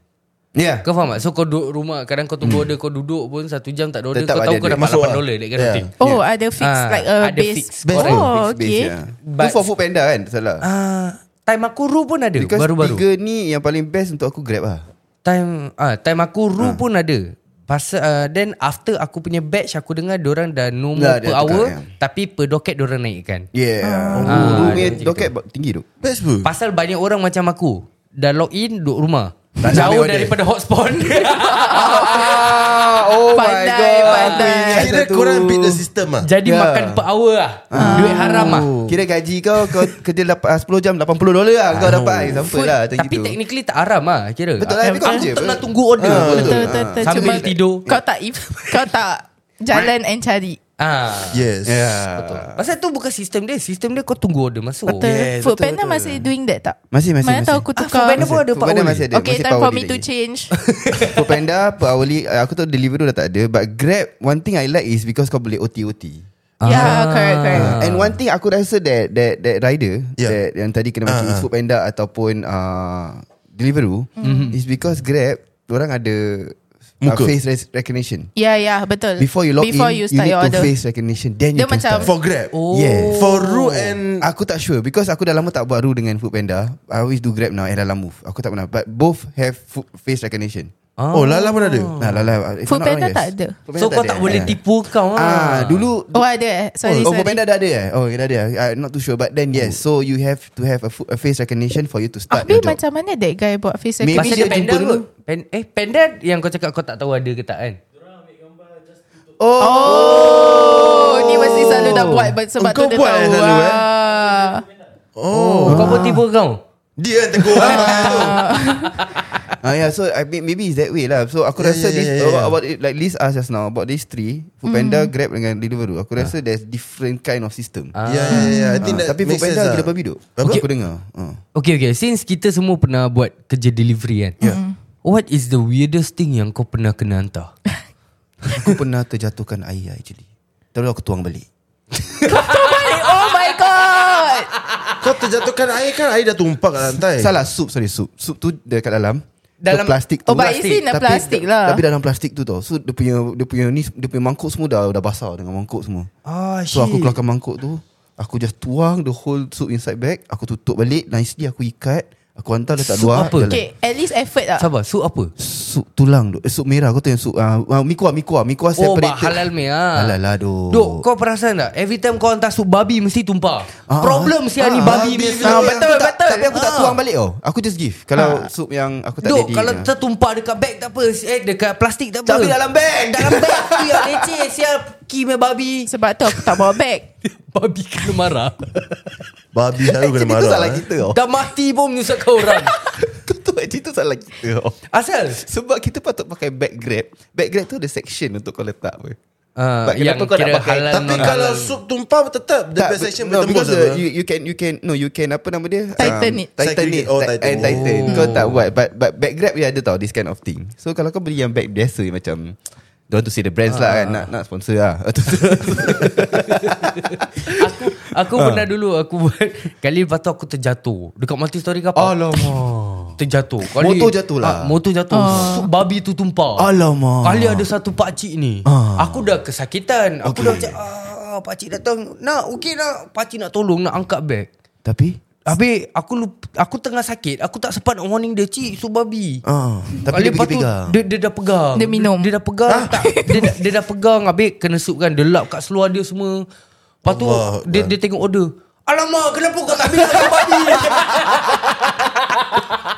Speaker 2: Ya.
Speaker 3: kau faham tak? So kau duduk rumah Kadang kau tunggu order Kau duduk pun Satu jam tak ada order
Speaker 2: Tetap
Speaker 3: Kau tahu
Speaker 2: ada
Speaker 3: kau
Speaker 2: duit.
Speaker 3: dapat
Speaker 6: Masuk
Speaker 3: $8
Speaker 6: lah.
Speaker 3: Like kind yeah.
Speaker 6: Yeah.
Speaker 3: of thing
Speaker 4: Oh ada fix
Speaker 3: Ah,
Speaker 4: Like a
Speaker 3: ada
Speaker 4: base
Speaker 3: fix. Base.
Speaker 4: Oh
Speaker 2: Fixed base,
Speaker 4: okay
Speaker 2: ya. Tu
Speaker 3: But-
Speaker 2: for food panda kan? Salah.
Speaker 3: Ah, Time aku ru pun ada
Speaker 2: Because
Speaker 3: baru-baru.
Speaker 2: tiga ni yang paling best untuk aku grab lah
Speaker 3: Time ah time aku ru pun ada. Pasal uh, then after aku punya batch aku dengar orang dah no more
Speaker 2: Dah, dia
Speaker 3: per
Speaker 2: tukar,
Speaker 3: hour
Speaker 2: ya.
Speaker 3: tapi per docket orang naikkan.
Speaker 2: Yeah uh,
Speaker 3: Ah,
Speaker 2: oh,
Speaker 3: dia
Speaker 2: punya
Speaker 3: macam
Speaker 2: docket ba- tinggi tu
Speaker 6: Best pun
Speaker 3: Pasal banyak orang macam aku dah log in duduk rumah.
Speaker 2: Tak nak
Speaker 3: Jauh
Speaker 2: ambil order.
Speaker 3: daripada
Speaker 2: <laughs>
Speaker 3: hotspot. <laughs>
Speaker 2: ah, Oh
Speaker 4: Pandai, pandai.
Speaker 6: Kira korang beat the system lah
Speaker 3: Jadi
Speaker 2: Ya. Ah.
Speaker 3: yeah. makan per hour lah. Duit haram lah.
Speaker 2: Kira gaji kau Kau kerja lapan- ah, 10 jam 80 dolar lah Kau dapat Example lah macam
Speaker 3: Tapi
Speaker 2: gitu.
Speaker 3: technically tak haram lah kira.
Speaker 2: Betul lah, tapi kau
Speaker 3: Aku
Speaker 2: kerja
Speaker 3: tengah
Speaker 2: apa?
Speaker 3: tunggu order.
Speaker 2: Ah, Ya.
Speaker 3: Betul.
Speaker 4: Betul, betul, betul.
Speaker 3: Sambil
Speaker 4: Cuma
Speaker 3: tidur.
Speaker 4: Kau tak if, Kau tak Jalan and cari
Speaker 3: Ah.
Speaker 2: Ya.
Speaker 6: Yes
Speaker 2: Yeah.
Speaker 3: Betul. Pasal tu bukan sistem dia. Sistem dia kau tunggu order masuk.
Speaker 4: Betul
Speaker 2: Oh. yes,
Speaker 4: Food
Speaker 2: betul,
Speaker 4: Panda
Speaker 2: betul.
Speaker 4: masih doing that tak?
Speaker 2: Masih, masih,
Speaker 4: Mana
Speaker 2: masih.
Speaker 4: tahu aku
Speaker 3: Ah,
Speaker 4: tukar
Speaker 3: Food Panda pun ada
Speaker 2: Food
Speaker 3: Pak
Speaker 2: Panda
Speaker 3: Uli.
Speaker 2: masih ada
Speaker 4: Okay
Speaker 2: masih
Speaker 4: time
Speaker 2: power
Speaker 4: for
Speaker 2: dia
Speaker 4: me to
Speaker 2: lagi.
Speaker 4: change
Speaker 2: Food Panda per hourly uh, Aku tahu Deliveroo dah tak ada But Grab One thing I like is Because kau boleh OT-OT
Speaker 4: Yeah correct correct
Speaker 6: Ah.
Speaker 2: uh. And one thing aku rasa That that, that rider
Speaker 6: Yeah.
Speaker 2: yeah. that, Yang tadi kena
Speaker 6: Ya. Ah,
Speaker 2: maki uh,
Speaker 6: ah.
Speaker 2: Food Panda Ataupun uh, Deliveroo
Speaker 4: Hmm.
Speaker 2: mm-hmm. Is because Grab Orang ada
Speaker 6: Muka.
Speaker 2: Uh, face res- recognition
Speaker 4: Ya ya betul
Speaker 2: Before you log
Speaker 4: Before
Speaker 2: in
Speaker 4: you
Speaker 2: You,
Speaker 4: start
Speaker 2: need
Speaker 4: your
Speaker 2: to
Speaker 4: order
Speaker 2: face recognition Then
Speaker 4: Dia
Speaker 2: you can
Speaker 4: macam
Speaker 2: start
Speaker 6: For Grab
Speaker 3: Oh.
Speaker 2: Yeah.
Speaker 6: For Ru and
Speaker 2: Aku tak sure Because aku dah lama tak buat Ru dengan Foodpanda I always do Grab now And Lala Move Aku tak pernah But both have food, face recognition Ah.
Speaker 6: Oh Lala pun ada
Speaker 2: Nah, Lala, if I'm not
Speaker 4: Foodpanda
Speaker 2: wrong, yes.
Speaker 4: tak ada.
Speaker 2: Foodpanda
Speaker 3: So kau tak
Speaker 2: ada.
Speaker 3: boleh
Speaker 2: Ah.
Speaker 3: tipu kau lah.
Speaker 2: Ah, dulu
Speaker 4: Oh ada eh Sorry sorry
Speaker 2: oh, oh, Foodpanda dah ada eh? Oh, dah ada. I'm not too sure but then yes. So you have to have a, food, a face recognition for you to
Speaker 4: Habis
Speaker 2: start your job.
Speaker 4: macam mana that guy buat face
Speaker 2: Maybe
Speaker 3: Pasal dia
Speaker 4: recognition?
Speaker 2: Maybe dia
Speaker 3: panda
Speaker 2: jumpa
Speaker 3: kot. Pen, eh, panda yang kau cakap kau tak tahu ada ke tak kan?
Speaker 2: oh,
Speaker 4: Oh, ni mesti selalu dah buat but sebab
Speaker 6: Engkau
Speaker 4: tu dia
Speaker 6: buat
Speaker 4: tahu.
Speaker 6: eh selalu, eh?
Speaker 4: Ah.
Speaker 3: Oh. Kau pun tipu kau.
Speaker 6: Dia yang tegur orang tu
Speaker 2: ah, yeah. So I, mean, maybe it's that way lah. So aku
Speaker 6: Yeah,
Speaker 2: rasa
Speaker 6: yeah,
Speaker 2: this,
Speaker 6: yeah, yeah, yeah.
Speaker 2: about it, like Liz asked just now about these three Foodpanda, Grab dengan Deliveroo. Aku rasa there's different kind of system. Ah.
Speaker 6: Ya ya ya Ah. I think that
Speaker 2: tapi
Speaker 6: makes sense
Speaker 2: Foodpanda
Speaker 6: lah.
Speaker 2: gila babi duk.
Speaker 6: Apa?
Speaker 2: Aku dengar. Ah.
Speaker 3: Okay, okay. Since kita semua pernah buat kerja delivery kan?
Speaker 2: Ya.
Speaker 3: Yeah. What is the weirdest thing yang kau pernah kena hantar?
Speaker 2: Aku pernah terjatuhkan air actually. Terus aku tuang balik.
Speaker 4: Oh my god.
Speaker 6: Kau terjatuhkan air kan Air dah tumpah kat lantai
Speaker 2: Salah soup sorry soup. Soup tu dekat dalam
Speaker 3: Dalam-
Speaker 2: tu plastik tu.
Speaker 4: Oh, but it's in a plastic lah.
Speaker 2: Tapi dalam plastik tu tau. So dia punya dia punya ni dia punya mangkuk semua dah dah basah dengan mangkuk semua.
Speaker 3: Ah,
Speaker 2: So aku keluarkan mangkuk tu, aku just tuang the whole soup inside bag, aku tutup balik nicely aku ikat, aku hantar letak
Speaker 3: Soup
Speaker 2: luar.
Speaker 3: apa?
Speaker 4: <laughs>
Speaker 2: dalam.
Speaker 4: Okay, at least effort lah.
Speaker 3: Sabar, so apa?
Speaker 2: Soup tulang tu. Eh, soup merah kau tahu yang soup ah uh, mikua mikua mikua
Speaker 3: Oh,
Speaker 2: separated.
Speaker 3: bah, halal me ah.
Speaker 2: Halal lah duk.
Speaker 3: Dok, kau perasan tak? Every time kau hantar sup babi mesti tumpah.
Speaker 2: Ah,
Speaker 3: Problem si ni babi
Speaker 2: babi
Speaker 3: ni.
Speaker 2: punya
Speaker 3: Ah,
Speaker 2: babi.
Speaker 3: betul,
Speaker 2: Aku tak-
Speaker 3: betul.
Speaker 2: Tapi aku tak tuang balik tau. Aku just give. Kalau soup yang aku tak
Speaker 3: Dok,
Speaker 2: ready.
Speaker 3: kalau
Speaker 2: ah.
Speaker 3: tertumpah dekat beg tak apa. Eh, dekat plastik tak apa.
Speaker 2: Tapi dalam beg.
Speaker 3: Dalam beg tu yang leceh. Sial, ki me babi.
Speaker 4: Sebab tu aku tak bawa bag.
Speaker 3: Babi kena marah.
Speaker 6: Babi selalu kena
Speaker 2: Actually,
Speaker 6: marah
Speaker 2: tu salah
Speaker 6: eh.
Speaker 2: kita oh. <laughs> tau.
Speaker 3: Dah mati pun menyusahkan
Speaker 2: <laughs>
Speaker 3: orang.
Speaker 2: Kau tahu actually tu salah kita tau.
Speaker 3: Asal?
Speaker 2: Sebab kita patut pakai back grab. Back grab tu ada section untuk kau letak apa.
Speaker 3: Ah,
Speaker 2: But
Speaker 3: yang
Speaker 2: kenapa kau nak
Speaker 3: kira
Speaker 2: pakai?
Speaker 3: halal,
Speaker 6: Tapi
Speaker 3: non
Speaker 6: kalau
Speaker 3: halal.
Speaker 6: sup tumpah tetap The best section
Speaker 2: no,
Speaker 6: boleh
Speaker 2: because
Speaker 6: tembus
Speaker 2: the,
Speaker 6: apa?
Speaker 2: you, you can you can no you can apa nama dia Um,
Speaker 4: Tighten it.
Speaker 2: tighten
Speaker 6: Segregate.
Speaker 2: it
Speaker 6: Oh,
Speaker 2: ti-
Speaker 6: tighten.
Speaker 2: and tighten kau tak buat but but back grab dia ada tau this kind of thing so kalau kau beli yang back biasa macam don't want to see the brands
Speaker 6: Ah.
Speaker 2: lah kan nak nak sponsor lah <laughs>
Speaker 3: Aku aku
Speaker 2: Ah.
Speaker 3: pernah dulu aku buat kali lepas tu aku terjatuh dekat multi story
Speaker 2: Oh,
Speaker 3: kapal.
Speaker 2: Alamak.
Speaker 3: Terjatuh. Kali
Speaker 2: Motor jatuh
Speaker 3: Ah,
Speaker 2: lah.
Speaker 3: motor jatuh. Uh. Babi tu tumpah.
Speaker 2: Alamak.
Speaker 3: Kali ada satu pak cik ni.
Speaker 2: Ah.
Speaker 3: Aku dah kesakitan. Aku dah macam ah pak cik datang. Nak okey nak pak cik nak tolong nak angkat beg.
Speaker 2: tapi
Speaker 3: Habis aku lup, aku tengah sakit. Aku tak sempat nak warning dia cik su babi.
Speaker 2: ah tapi dia Ah.
Speaker 3: Kali lepas
Speaker 2: pergi
Speaker 3: tu,
Speaker 2: pegang
Speaker 3: dia, dia dah pegang
Speaker 4: Dia minum.
Speaker 3: Dia dah pegang tak, dia, dah- dia dah pegang Habis kena sup kan Dia lap kat seluar dia semua Lepas tu
Speaker 6: Allah
Speaker 3: dia, dia tengok order Alamak kenapa kau tak minum yang
Speaker 2: <laughs>
Speaker 3: babi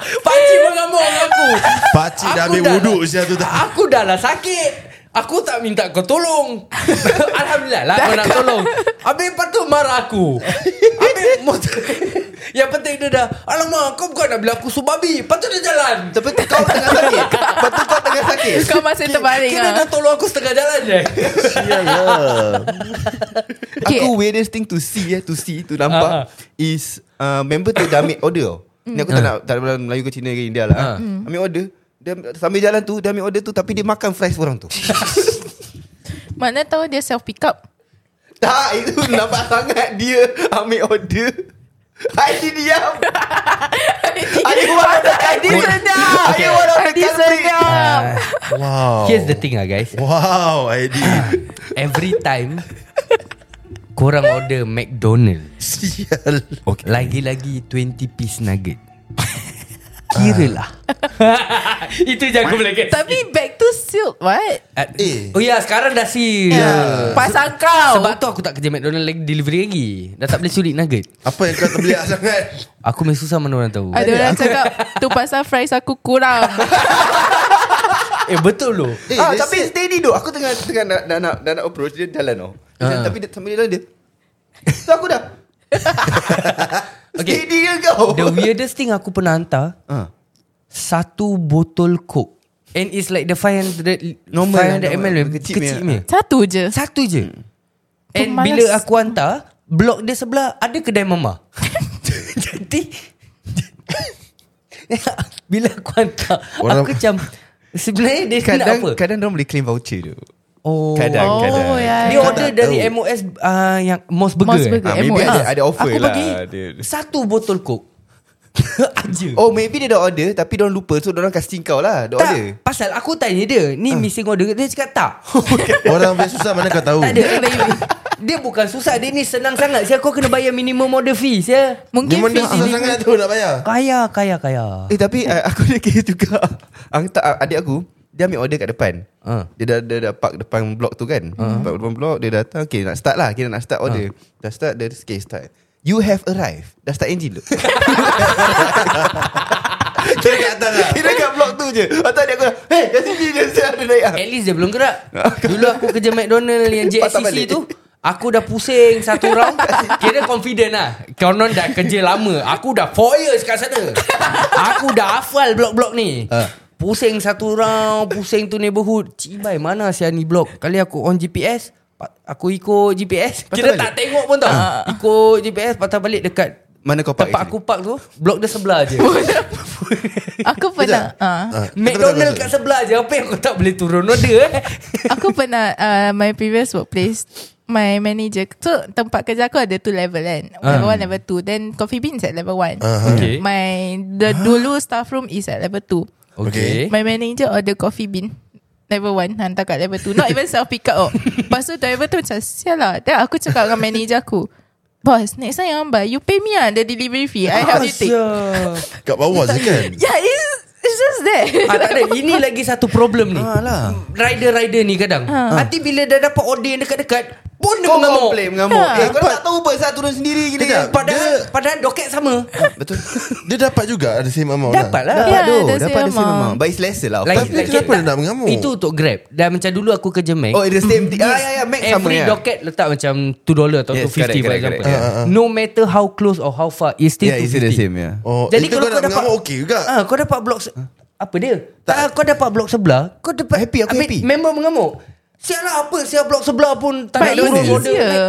Speaker 3: Pakcik mengamuk dengan aku
Speaker 6: Pakcik dah
Speaker 3: Aku lah.
Speaker 6: ambil wuduk Sial tu tak
Speaker 3: Aku dah lah sakit Aku tak minta kau
Speaker 6: <laughs>
Speaker 3: tolong Alhamdulillah lah kau nak tolong Habis lepas tu marah aku Habis motor <laughs> Yang penting dia dah Alamak kau bukan nak bilang aku subabi Lepas tu dia jalan
Speaker 2: tapi kau tengah sakit betul kau tengah sakit
Speaker 4: Kau masih terbaring
Speaker 3: Kira
Speaker 4: lah.
Speaker 3: dah tolong aku setengah jalan je
Speaker 4: Okay.
Speaker 2: Aku weirdest thing to see eh, To see To nampak
Speaker 3: Ah, ah.
Speaker 2: Is uh, Member tu dah ambil order tau Ni aku tak nak Tak nak bilang Melayu ke Cina ke India lah
Speaker 3: Hmm. Ah.
Speaker 2: uh. Ambil order dia, Sambil jalan tu Dia ambil order tu Tapi dia makan fries orang tu
Speaker 4: Mana tahu dia self pick up.
Speaker 2: Tak Itu nampak sangat Dia ambil order Haidi diam Haidi one of the Haidi sedap Haidi one of the
Speaker 4: Dia
Speaker 2: culprit
Speaker 4: sedap.
Speaker 6: Wow
Speaker 3: <clears throat> Here's the thing lah guys
Speaker 6: Wow Aidi
Speaker 3: Every time Korang order McDonald's
Speaker 6: Sial
Speaker 3: okay. Lagi-lagi 20 piece nugget <laughs> Kiralah <laughs> Itu je aku boleh kata
Speaker 4: <laughs> Tapi back to silk What?
Speaker 6: Eh. Ya.
Speaker 3: Oh ya sekarang dah si
Speaker 4: Yeah. Pasang kau
Speaker 3: Sebab tu aku tak kerja McDonald's lagi delivery lagi Dah tak boleh sulit nugget
Speaker 6: Apa yang kau terbeliak sangat
Speaker 3: Aku main susah mana orang tahu
Speaker 4: Ada orang cakap Tu pasal fries aku kurang
Speaker 3: Eh betul loh
Speaker 6: <laughs> Eh,
Speaker 2: ah,
Speaker 6: they
Speaker 2: tapi
Speaker 6: said-
Speaker 2: steady tu. Aku tengah tengah nak nak nak, nak, nak approach dia jalan tau.
Speaker 3: Ah.
Speaker 2: Uh. Tapi dia sambil dia jalan dia. So aku
Speaker 3: <laughs>
Speaker 2: dah.
Speaker 3: Okay.
Speaker 2: Steady ke oh? kau?
Speaker 3: The weirdest thing aku pernah hantar
Speaker 6: Ha.
Speaker 2: Ah.
Speaker 3: Satu botol coke And it's like the 500
Speaker 2: Normal lah,
Speaker 3: 500 ml
Speaker 2: normal.
Speaker 3: Kecil,
Speaker 2: Kecil
Speaker 3: kecil
Speaker 2: punya.
Speaker 3: punya.
Speaker 4: Satu je
Speaker 3: Satu je
Speaker 2: Hmm.
Speaker 3: And
Speaker 4: malas.
Speaker 3: bila aku hantar Blok dia sebelah Ada kedai
Speaker 4: <laughs>
Speaker 3: mama Jadi <laughs> Bila aku hantar
Speaker 6: Orang-
Speaker 3: Aku macam Sebenarnya dia nak
Speaker 2: Kadang
Speaker 3: apa
Speaker 2: kadang orang boleh claim voucher tu.
Speaker 3: Oh
Speaker 2: Kadang
Speaker 4: Oh,
Speaker 2: kadang.
Speaker 4: ya.
Speaker 3: Dia order
Speaker 6: tak
Speaker 3: dari
Speaker 6: tahu.
Speaker 3: MOS uh, Yang Mos Burger,
Speaker 4: Mos
Speaker 3: eh?
Speaker 4: Burger.
Speaker 2: Ah, maybe
Speaker 4: MOS.
Speaker 2: ada ada offer
Speaker 3: Aku
Speaker 2: lah.
Speaker 3: pergi
Speaker 2: Dia.
Speaker 3: Satu botol
Speaker 2: <laughs>
Speaker 3: coke Aja
Speaker 2: Oh maybe dia dah order tapi dia orang lupa so dia orang kasih kau lah. Dia
Speaker 3: Tak
Speaker 2: order.
Speaker 3: Pasal aku tanya dia Ni
Speaker 2: Ah.
Speaker 3: missing order ke? Dia cakap
Speaker 2: <laughs>
Speaker 3: tak
Speaker 2: Oh, ya.
Speaker 6: Orang punya susah mana kau tahu
Speaker 3: Tak ada eh, Dia bukan susah Dia ni senang sangat Saya kau kena bayar minimum order fee Saya
Speaker 6: Ni
Speaker 4: Mungkin
Speaker 6: benda susah
Speaker 4: Fizi
Speaker 6: sangat tu nak bayar
Speaker 3: Kaya kaya kaya
Speaker 2: Eh tapi uh, aku ada case juga <laughs> Ang tak adik aku Dia ambil order kat depan
Speaker 3: Ah.
Speaker 2: Dia dah, dia dah park depan blok tu kan Park depan blok Dia datang Okay nak start lah Kira nak start order Dah start Dia okay start You have arrived Dah start engine <laughs> tu
Speaker 6: Kira kat atas lah
Speaker 2: Kira kat blok tu je Atau adik aku dah, Hey kat sini Dia siap dia naik lah
Speaker 3: At least dia belum gerak Dulu aku kerja McDonald Yang JSCC
Speaker 2: Patah balik.
Speaker 3: tu Aku dah pusing Satu round Kira confident lah Konon dah kerja lama Aku dah 4 years kat sana Aku dah hafal blok-blok ni Pusing satu round Pusing tu neighborhood Cibai mana siya ni blok Kali aku on GPS pa- Aku ikut GPS Kira
Speaker 2: balik.
Speaker 3: tak tengok pun tau Ikut GPS Patah balik dekat
Speaker 2: Mana kau park
Speaker 3: Tempat aku park tu Blok dia sebelah je <laughs>
Speaker 4: Aku pernah
Speaker 6: <laughs>
Speaker 4: ah.
Speaker 6: Ah,
Speaker 3: McDonald kat sebelah je Apa yang kau tak boleh turun order
Speaker 6: <laughs>
Speaker 3: eh
Speaker 4: Aku pernah uh, My previous workplace My manager So tempat kerja aku Ada two level kan Level
Speaker 3: Ah.
Speaker 4: one level two Then Coffee Bean is at level one
Speaker 6: Ah,
Speaker 3: Okay.
Speaker 4: My The dulu staff room Is at level two
Speaker 3: Okay
Speaker 4: My manager order coffee bean Level 1 Hantar kat level 2 Not
Speaker 3: <laughs>
Speaker 4: even self pick up oh. Lepas tu driver tu macam Sial lah Then aku cakap dengan manager aku Boss next time yang buy You pay me lah The delivery fee I help you take
Speaker 6: Kat bawah je kan
Speaker 4: Yeah it's It's just that
Speaker 3: Ah, tak ada. Ini lagi satu problem ni.
Speaker 6: Ah, lah.
Speaker 3: Alah. Rider-rider ni kadang. Ha. Nanti bila dah dapat order yang dekat-dekat, pun dia
Speaker 2: Kau
Speaker 3: mengamuk.
Speaker 2: complain mengamuk
Speaker 4: Ya.
Speaker 2: Eh kau tak tahu pun Saya turun sendiri kan? gila
Speaker 6: Kejap.
Speaker 3: Padahal, padahal doket sama.
Speaker 6: Ah,
Speaker 2: Betul
Speaker 6: Dia dapat juga Ada same amount
Speaker 3: Dapat lah.
Speaker 2: Dapat
Speaker 4: Ya,
Speaker 2: tu
Speaker 4: that's
Speaker 2: Dapat
Speaker 4: the
Speaker 2: the same
Speaker 4: amount.
Speaker 2: amount But it's lesser lah of
Speaker 6: Lagi-
Speaker 2: course.
Speaker 6: Tapi kenapa dia nak mengamuk?
Speaker 3: Itu untuk grab. Dah macam dulu aku kerja Mac.
Speaker 2: Oh the same thing Ah ya ya Mac sama
Speaker 3: Every
Speaker 2: ya
Speaker 3: docket letak macam 2 dollar atau
Speaker 2: Yes,
Speaker 3: 2.50
Speaker 2: correct,
Speaker 3: for
Speaker 2: correct,
Speaker 3: example.
Speaker 6: Ah,
Speaker 2: correct.
Speaker 6: ah, ah.
Speaker 3: No matter how close or how far, it's still
Speaker 2: Yeah it's
Speaker 3: 2.50.
Speaker 2: the same yeah
Speaker 6: Oh,
Speaker 3: Jadi
Speaker 6: itu
Speaker 3: kalau
Speaker 6: kau
Speaker 3: kau
Speaker 6: nak
Speaker 3: dapat
Speaker 6: mengamuk okey juga
Speaker 3: Ah, kau dapat blok se- apa dia? Tak, kau dapat blok sebelah, kau dapat
Speaker 2: Happy, aku
Speaker 3: Habis
Speaker 2: happy.
Speaker 3: Member mengamuk. Sial lah apa Sial blok sebelah pun Tak nak
Speaker 4: <laughs> But
Speaker 3: turun
Speaker 4: it's
Speaker 3: order
Speaker 4: easier
Speaker 6: Ya.
Speaker 3: Like,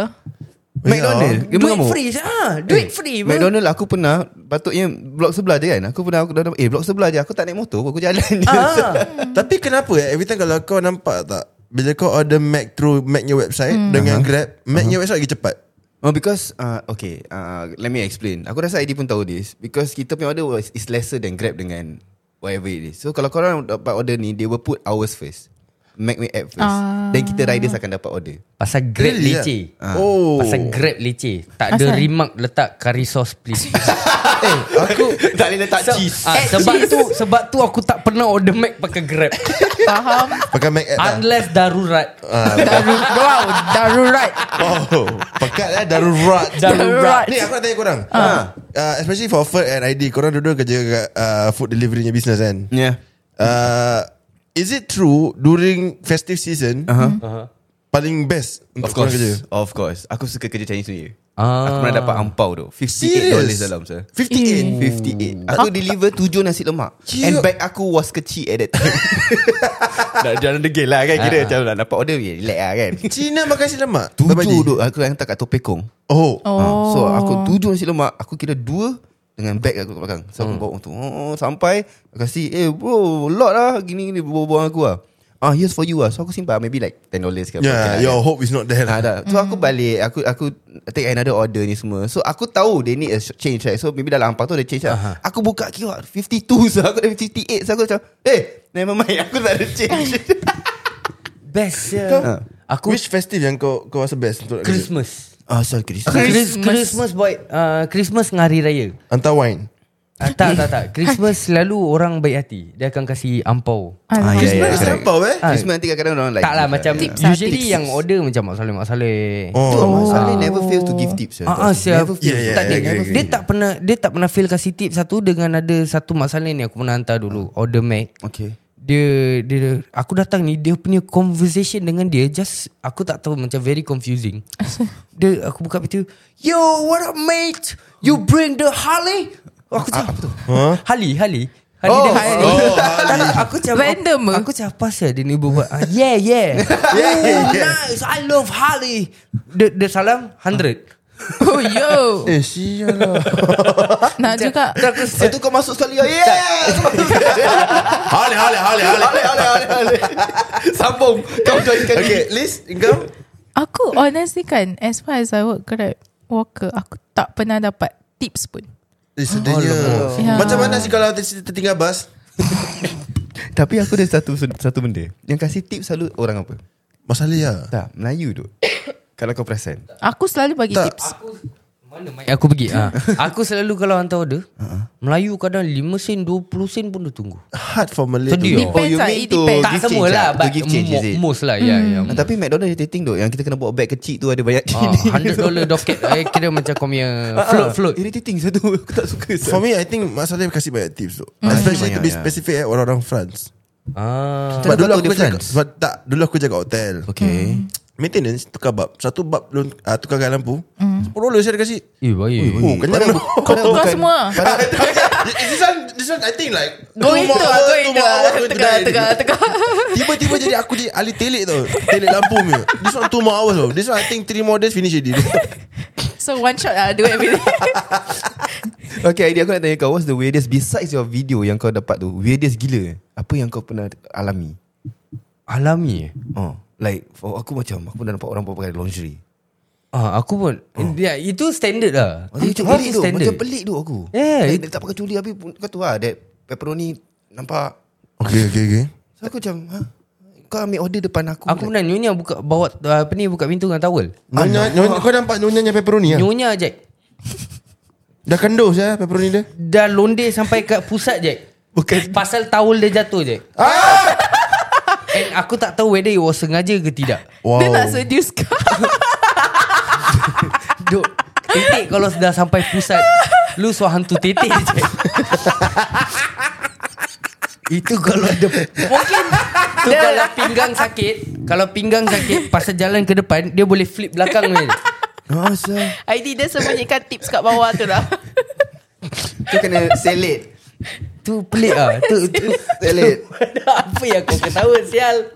Speaker 2: McDonald
Speaker 3: Duit free ah, Duit free bro.
Speaker 2: McDonald aku pernah Patutnya blok sebelah je kan Aku pernah aku dah, Eh blok sebelah je Aku tak naik motor pun, Aku jalan je
Speaker 3: Ah.
Speaker 6: Tapi kenapa eh Every time kalau kau nampak tak Bila kau order Mac Through Macnya website Dengan Grab Macnya website lagi cepat
Speaker 2: <laughs> Oh because uh, Okay uh, Let me explain Aku rasa ID pun tahu this Because kita punya order was, Is lesser than Grab dengan Whatever it is So kalau korang dapat order ni They will put ours first Make me app first
Speaker 3: Ah.
Speaker 2: Then kita riders akan dapat order
Speaker 3: Pasal grab
Speaker 6: Really,
Speaker 3: leceh
Speaker 6: ah? Oh.
Speaker 3: Pasal grab leceh Tak ada
Speaker 4: Asal?
Speaker 3: remark letak curry sauce please
Speaker 6: Eh aku
Speaker 2: <laughs> Tak boleh letak
Speaker 3: So,
Speaker 2: cheese
Speaker 3: ah, sebab tu sebab tu aku tak pernah order Mac pakai Grab.
Speaker 4: <laughs> Faham
Speaker 6: Pakai Mac app lah
Speaker 3: <laughs> Unless darurat.
Speaker 6: Ah,
Speaker 3: <laughs>
Speaker 4: Daru, Wow Darurat
Speaker 6: Oh Pekat lah
Speaker 2: <laughs>
Speaker 6: Darurat
Speaker 4: Darurat.
Speaker 6: Ni aku nak tanya korang uh, Especially for Ferd and ID Korang dua-dua kerja kat uh, Food delivery punya business kan
Speaker 2: Yeah
Speaker 6: uh, Is it true During festive season
Speaker 2: Ah. Uh-huh.
Speaker 6: Paling best Untuk
Speaker 2: Of course
Speaker 6: korang kerja
Speaker 2: Of course Aku suka kerja Chinese New Year
Speaker 3: Ah.
Speaker 2: Aku pernah dapat ampau tu $58
Speaker 6: Serious?
Speaker 2: dalam sir
Speaker 6: 58
Speaker 2: 58 Hmm. Aku deliver tujuh nasi lemak
Speaker 6: Gila.
Speaker 2: And bag aku was kecil at that time <laughs> Nak jalan degil lah kan Kira macam nak dapat order yeah, Relax lah kan
Speaker 6: Cina makan nasi lemak
Speaker 2: Tujuh
Speaker 6: Berapa
Speaker 2: duk Aku hantar kat Topekong
Speaker 6: Oh
Speaker 4: Oh.
Speaker 2: Ah, So aku tujuh nasi lemak Aku kira dua Dengan bag aku kat belakang So aku bawa tu oh, Sampai Aku kasi Eh bro Lot lah Gini gini Bawa-bawa aku lah Ah here's for you lah So aku simpan Maybe like $10 ke apa
Speaker 6: Yeah,
Speaker 2: Okay lah,
Speaker 6: Ya, your hope is not there lah.
Speaker 2: Ah, dah. So aku balik Aku aku take another order ni semua So aku tahu They need a sh- change right So maybe dalam ampang tu Dia change lah Aku buka QR 52 <laughs> so Aku ada 58 So aku macam Eh Never mind Aku tak ada <laughs> change
Speaker 3: Best.
Speaker 6: Kau-
Speaker 3: ya. Aku
Speaker 2: Ah.
Speaker 6: Which festive yang kau kau rasa best untuk nak kerja?
Speaker 3: Christmas.
Speaker 2: Asal Christmas
Speaker 3: Christmas, Christmas boy, uh, Christmas dengan hari raya.
Speaker 6: Hantar wine
Speaker 3: Uh, tak tak
Speaker 4: <laughs>
Speaker 3: tak. Christmas selalu orang baik hati. Dia akan kasi ampau.
Speaker 2: ah, yeah,
Speaker 3: ya,
Speaker 2: yeah,
Speaker 6: Christmas
Speaker 2: correct.
Speaker 6: lampau, eh?
Speaker 2: Christmas nanti kadang-kadang orang like
Speaker 3: tak lah macam
Speaker 4: Tips lah,
Speaker 3: usually
Speaker 4: tips.
Speaker 3: yang order macam Mak Saleh Mak Saleh.
Speaker 6: Oh,
Speaker 2: Oh, Mak Saleh never fail to give tips eh.
Speaker 3: Ah, ah siap.
Speaker 2: Never
Speaker 6: Yeah, yeah,
Speaker 3: tak, dia,
Speaker 6: yeah, agree, agree.
Speaker 3: dia tak pernah dia tak pernah fail kasi tip satu dengan ada satu Mak Saleh ni aku pernah hantar dulu order Mac.
Speaker 2: Okay
Speaker 3: Dia dia aku datang ni dia punya conversation dengan dia just aku tak tahu macam very confusing. dia aku buka pintu, "Yo, what up mate? You bring the Harley?" Aku cakap, huh? Harley, Harley. Harley oh,
Speaker 2: Oh,
Speaker 3: <laughs>
Speaker 2: Harley.
Speaker 6: Oh,
Speaker 3: aku cakap
Speaker 4: Random ke?
Speaker 3: Aku cakap apa sah dia ni berbuat Ah, Yeah <laughs> yeah Yeah, yeah. Nice I love Harley The, the salam 100
Speaker 4: Oh yo
Speaker 6: Eh sial lah
Speaker 3: Eh,
Speaker 4: Nak juga
Speaker 2: Oh, tu kau masuk sekali ya. Yeah.
Speaker 6: Hale hale hale hale
Speaker 2: Sambung. Kau joinkan
Speaker 6: Okay Liz Engkau
Speaker 4: Aku honestly kan As far as I work Grab Walker Aku tak pernah dapat Tips pun
Speaker 6: Eh sedihnya
Speaker 4: Ya.
Speaker 6: Macam mana sih kalau ter- tertinggal bas
Speaker 2: Tapi aku ada satu satu benda. Yang kasih tips selalu orang apa?
Speaker 6: Masalah ya
Speaker 2: Tak, Melayu <coughs> tu. Kalau kau perasan.
Speaker 4: Aku selalu bagi
Speaker 6: Tak.
Speaker 4: tips
Speaker 3: Mana mic aku pergi ha. <laughs> Aku selalu kalau hantar order Melayu kadang 5 sen 20 sen pun dia tunggu
Speaker 6: Hard for Malay to
Speaker 3: Sedih.
Speaker 6: know.
Speaker 4: Depends lah, it depends.
Speaker 3: Tak
Speaker 2: give
Speaker 3: semua
Speaker 2: change
Speaker 3: lah
Speaker 2: ah, To
Speaker 3: But
Speaker 2: give change is it?
Speaker 3: mo- most lah yeah, yeah.
Speaker 2: Ah, tapi McDonald's irritating tu Yang kita kena bawa bag kecil tu Ada banyak
Speaker 3: Ah, $100
Speaker 2: <laughs>
Speaker 3: docket eh, Kira macam kau punya
Speaker 2: Ah,
Speaker 3: Float float
Speaker 2: Irritating satu <laughs> Aku tak suka
Speaker 6: For me I think Masalah kasih banyak tips tu Especially to be
Speaker 2: Banyak, ya.
Speaker 6: specific eh Orang-orang France
Speaker 3: ah.
Speaker 6: Sebab
Speaker 2: Kau
Speaker 6: dulu
Speaker 2: tahu
Speaker 6: aku
Speaker 2: dia
Speaker 6: jaga,
Speaker 2: France?
Speaker 6: sebab tak dulu aku jaga hotel.
Speaker 2: Okay
Speaker 6: Maintenance tukar bab. Satu bab loan uh, tukar kat lampu. Mm. 10 dolar saya dah kasi.
Speaker 3: Eh baik
Speaker 6: Oh, kenyang
Speaker 2: Padahal
Speaker 6: tu.
Speaker 2: bu- padahal
Speaker 4: Kau
Speaker 2: bukan-
Speaker 4: semua
Speaker 2: padahal-
Speaker 6: this one this one I think like
Speaker 4: Go
Speaker 6: two
Speaker 4: into
Speaker 6: more
Speaker 4: lah
Speaker 6: hours,
Speaker 4: Go
Speaker 6: two
Speaker 4: into
Speaker 6: more
Speaker 4: lah
Speaker 6: hours to
Speaker 4: Tegak
Speaker 6: die.
Speaker 4: tegak tegak
Speaker 6: Tiba-tiba jadi aku jadi ahli telik tau. Telik lampu punya. This one two more hours tau. This one I think three more days finish already.
Speaker 4: <laughs> So one shot lah Do everything
Speaker 2: Okay idea aku nak tanya kau What's the weirdest Besides your video Yang kau dapat tu Weirdest gila Apa yang kau pernah alami
Speaker 3: Alami eh
Speaker 2: Oh, Like for Aku macam Aku pernah nampak orang pakai lingerie
Speaker 3: Ah, aku pun oh. yeah, Itu standard lah
Speaker 2: Oh, Macam
Speaker 3: Itu
Speaker 2: pelik tu
Speaker 3: standard.
Speaker 2: Macam pelik tu aku
Speaker 3: Yeah,
Speaker 2: like,
Speaker 3: it-
Speaker 2: Dia tak pakai culi Habis pun- kau tu lah That pepperoni Nampak
Speaker 6: okay, okay, okay.
Speaker 2: So aku macam ha? Kau ambil order depan aku
Speaker 3: Aku pernah nyonya buka bawa apa ni buka pintu dengan towel.
Speaker 6: Nyonya, nyonya, kau nampak nyonya yang pepperoni ya?
Speaker 3: Nyonya Jack.
Speaker 6: Dah kendos ya pepperoni dia.
Speaker 3: Dah londe sampai kat pusat Jack.
Speaker 2: Bukan.
Speaker 3: Pasal towel dia jatuh Jack. Ah! And aku tak tahu whether it was sengaja ke tidak.
Speaker 6: Oh.
Speaker 4: Dia <laughs> nak seduce kau
Speaker 3: Duk. Titik kalau sudah sampai pusat Lu suar hantu titik je Itu kalau ada
Speaker 6: <laughs>
Speaker 3: Mungkin Tu kalau pinggang sakit Kalau pinggang sakit Pasal jalan ke depan Dia boleh flip belakang ni
Speaker 2: Masa
Speaker 4: ID dia sembunyikan tips kat bawah tu lah
Speaker 2: Kau kena selit
Speaker 3: Tu pelik lah tu, tu,
Speaker 2: Selit
Speaker 3: Apa yang kau ketawa sial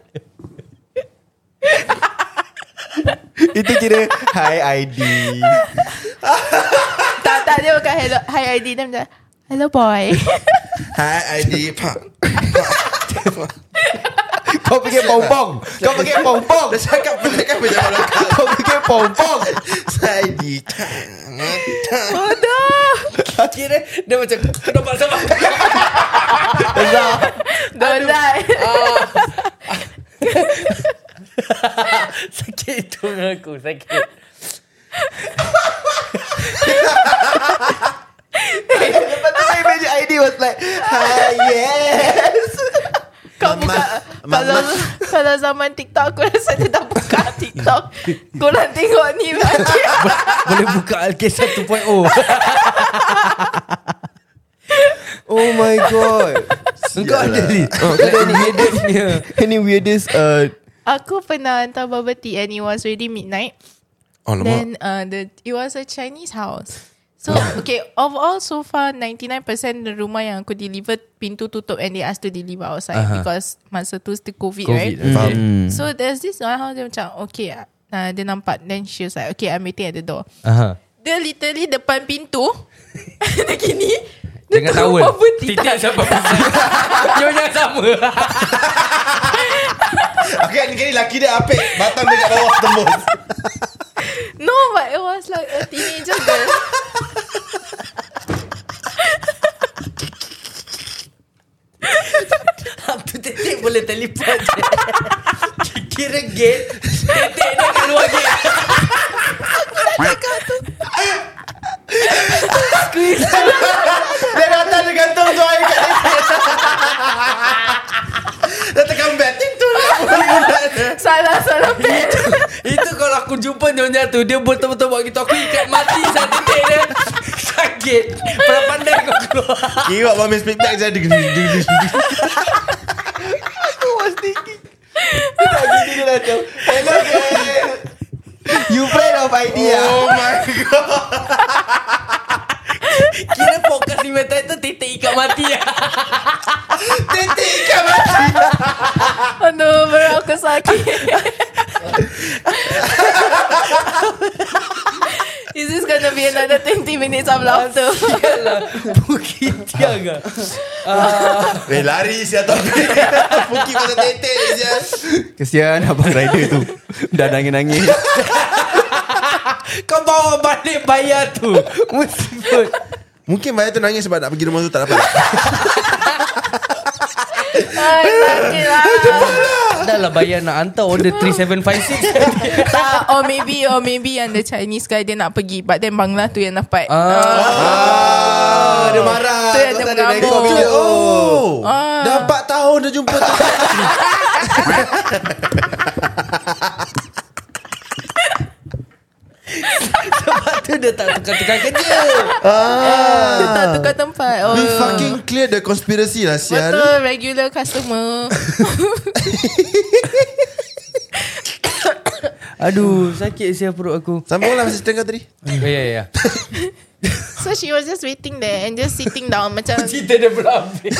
Speaker 2: Itu <laughs> kira Hi ID
Speaker 4: Tak tak dia bukan hello Hi ID dia macam Hello boy
Speaker 6: Hi ID pak.
Speaker 2: Kau pergi pompong Kau pergi pompong
Speaker 6: Dah cakap pun cakap macam <laughs> orang.
Speaker 2: Kau pergi pompong
Speaker 6: Saya di.
Speaker 4: Bodoh
Speaker 3: Kira dia macam Kau nampak sama
Speaker 4: Don't die
Speaker 3: Sakit itu aku Sakit
Speaker 2: Lepas tu I imagine ID was like Hi yeah
Speaker 4: Kau buka Kalau Kalau zaman TikTok Aku rasa dia dah buka TikTok Korang tengok ni
Speaker 3: Boleh buka Alkes 1.0
Speaker 2: Oh my god
Speaker 3: <laughs>
Speaker 2: lah.
Speaker 3: Engkau ada ni Ini dia punya
Speaker 2: <laughs> Any weirdest uh,
Speaker 4: Aku pernah hantar bubble tea And it was already midnight
Speaker 6: Alamak.
Speaker 4: Then uh, the it was a Chinese house. So <laughs> okay, of all so far 99% the rumah yang aku deliver pintu tutup and they asked to deliver outside
Speaker 3: Aha.
Speaker 4: because masa tu still COVID,
Speaker 3: COVID, eh.
Speaker 4: right?
Speaker 3: okay. Faham.
Speaker 4: So there's this one house dia macam okay, uh, dia nampak then she was like okay I'm waiting at the door.
Speaker 3: Aha.
Speaker 4: Dia literally depan pintu <laughs> Dia gini Dia
Speaker 3: Dengan
Speaker 4: taruh
Speaker 3: towel
Speaker 4: bubble tea
Speaker 3: Titik <laughs> siapa pasal Nyonya sama
Speaker 6: Okay, ni kali laki dia apik. Batang dekat <laughs> bawah tembus.
Speaker 4: No but it was like A teenager girl
Speaker 3: Apa titik boleh teleport <laughs> je Kira gate Titik dia keluar gate
Speaker 6: <laughs> lah.
Speaker 4: Salah salah pet
Speaker 3: <laughs> Itu kalau aku jumpa nyonya tu Dia betul-betul buat gitu Aku ikat mati saat titik dia Sakit Pernah pandai kau keluar
Speaker 6: Kira awak main speak back je Ding, ding, ding, ding, <laughs> ding. lah
Speaker 2: Hello
Speaker 6: eh.
Speaker 2: girl You friend of idea
Speaker 6: Oh my
Speaker 3: Kira fokus di mata itu Titik ikat mati ya. <laughs>
Speaker 4: Aduh Baru aku sakit Is this gonna be another 20 minutes of laughter
Speaker 3: Yalah Bukit Tiaga
Speaker 6: <laughs> Eh lari siapa topik Bukit pasal tetek je
Speaker 2: Kesian abang rider tu Dah nangis-nangis
Speaker 3: Kau bawa balik bayar tu Musibut
Speaker 6: Mungkin Maya tu nangis Sebab nak pergi rumah tu tak dapat
Speaker 4: Ay, sakit lah
Speaker 3: Dah lah bayar nak hantar Order 3756
Speaker 4: Tak Or maybe Or maybe yang the Chinese guy Dia nak pergi But then Bangla tu yang dapat
Speaker 3: <laughs> Ah.
Speaker 6: oh, Dia marah
Speaker 4: Tu yang
Speaker 6: Kau
Speaker 4: dia
Speaker 6: tak ada
Speaker 4: mengamuk.
Speaker 6: rekod video. Oh
Speaker 4: Ah.
Speaker 6: Dah 4 tahun dah jumpa tu
Speaker 3: Tu dia tak tukar-tukar kerja
Speaker 4: Dia tak tukar tempat oh.
Speaker 6: We fucking clear the conspiracy lah Sian
Speaker 4: Betul Regular
Speaker 6: <laughs>
Speaker 4: customer
Speaker 3: Aduh Sakit siapa perut aku
Speaker 6: Sambung lah sister kau tadi
Speaker 3: Ya ya <laughs> ya
Speaker 4: So she was just waiting there And just sitting down Macam
Speaker 3: Cerita dia belum habis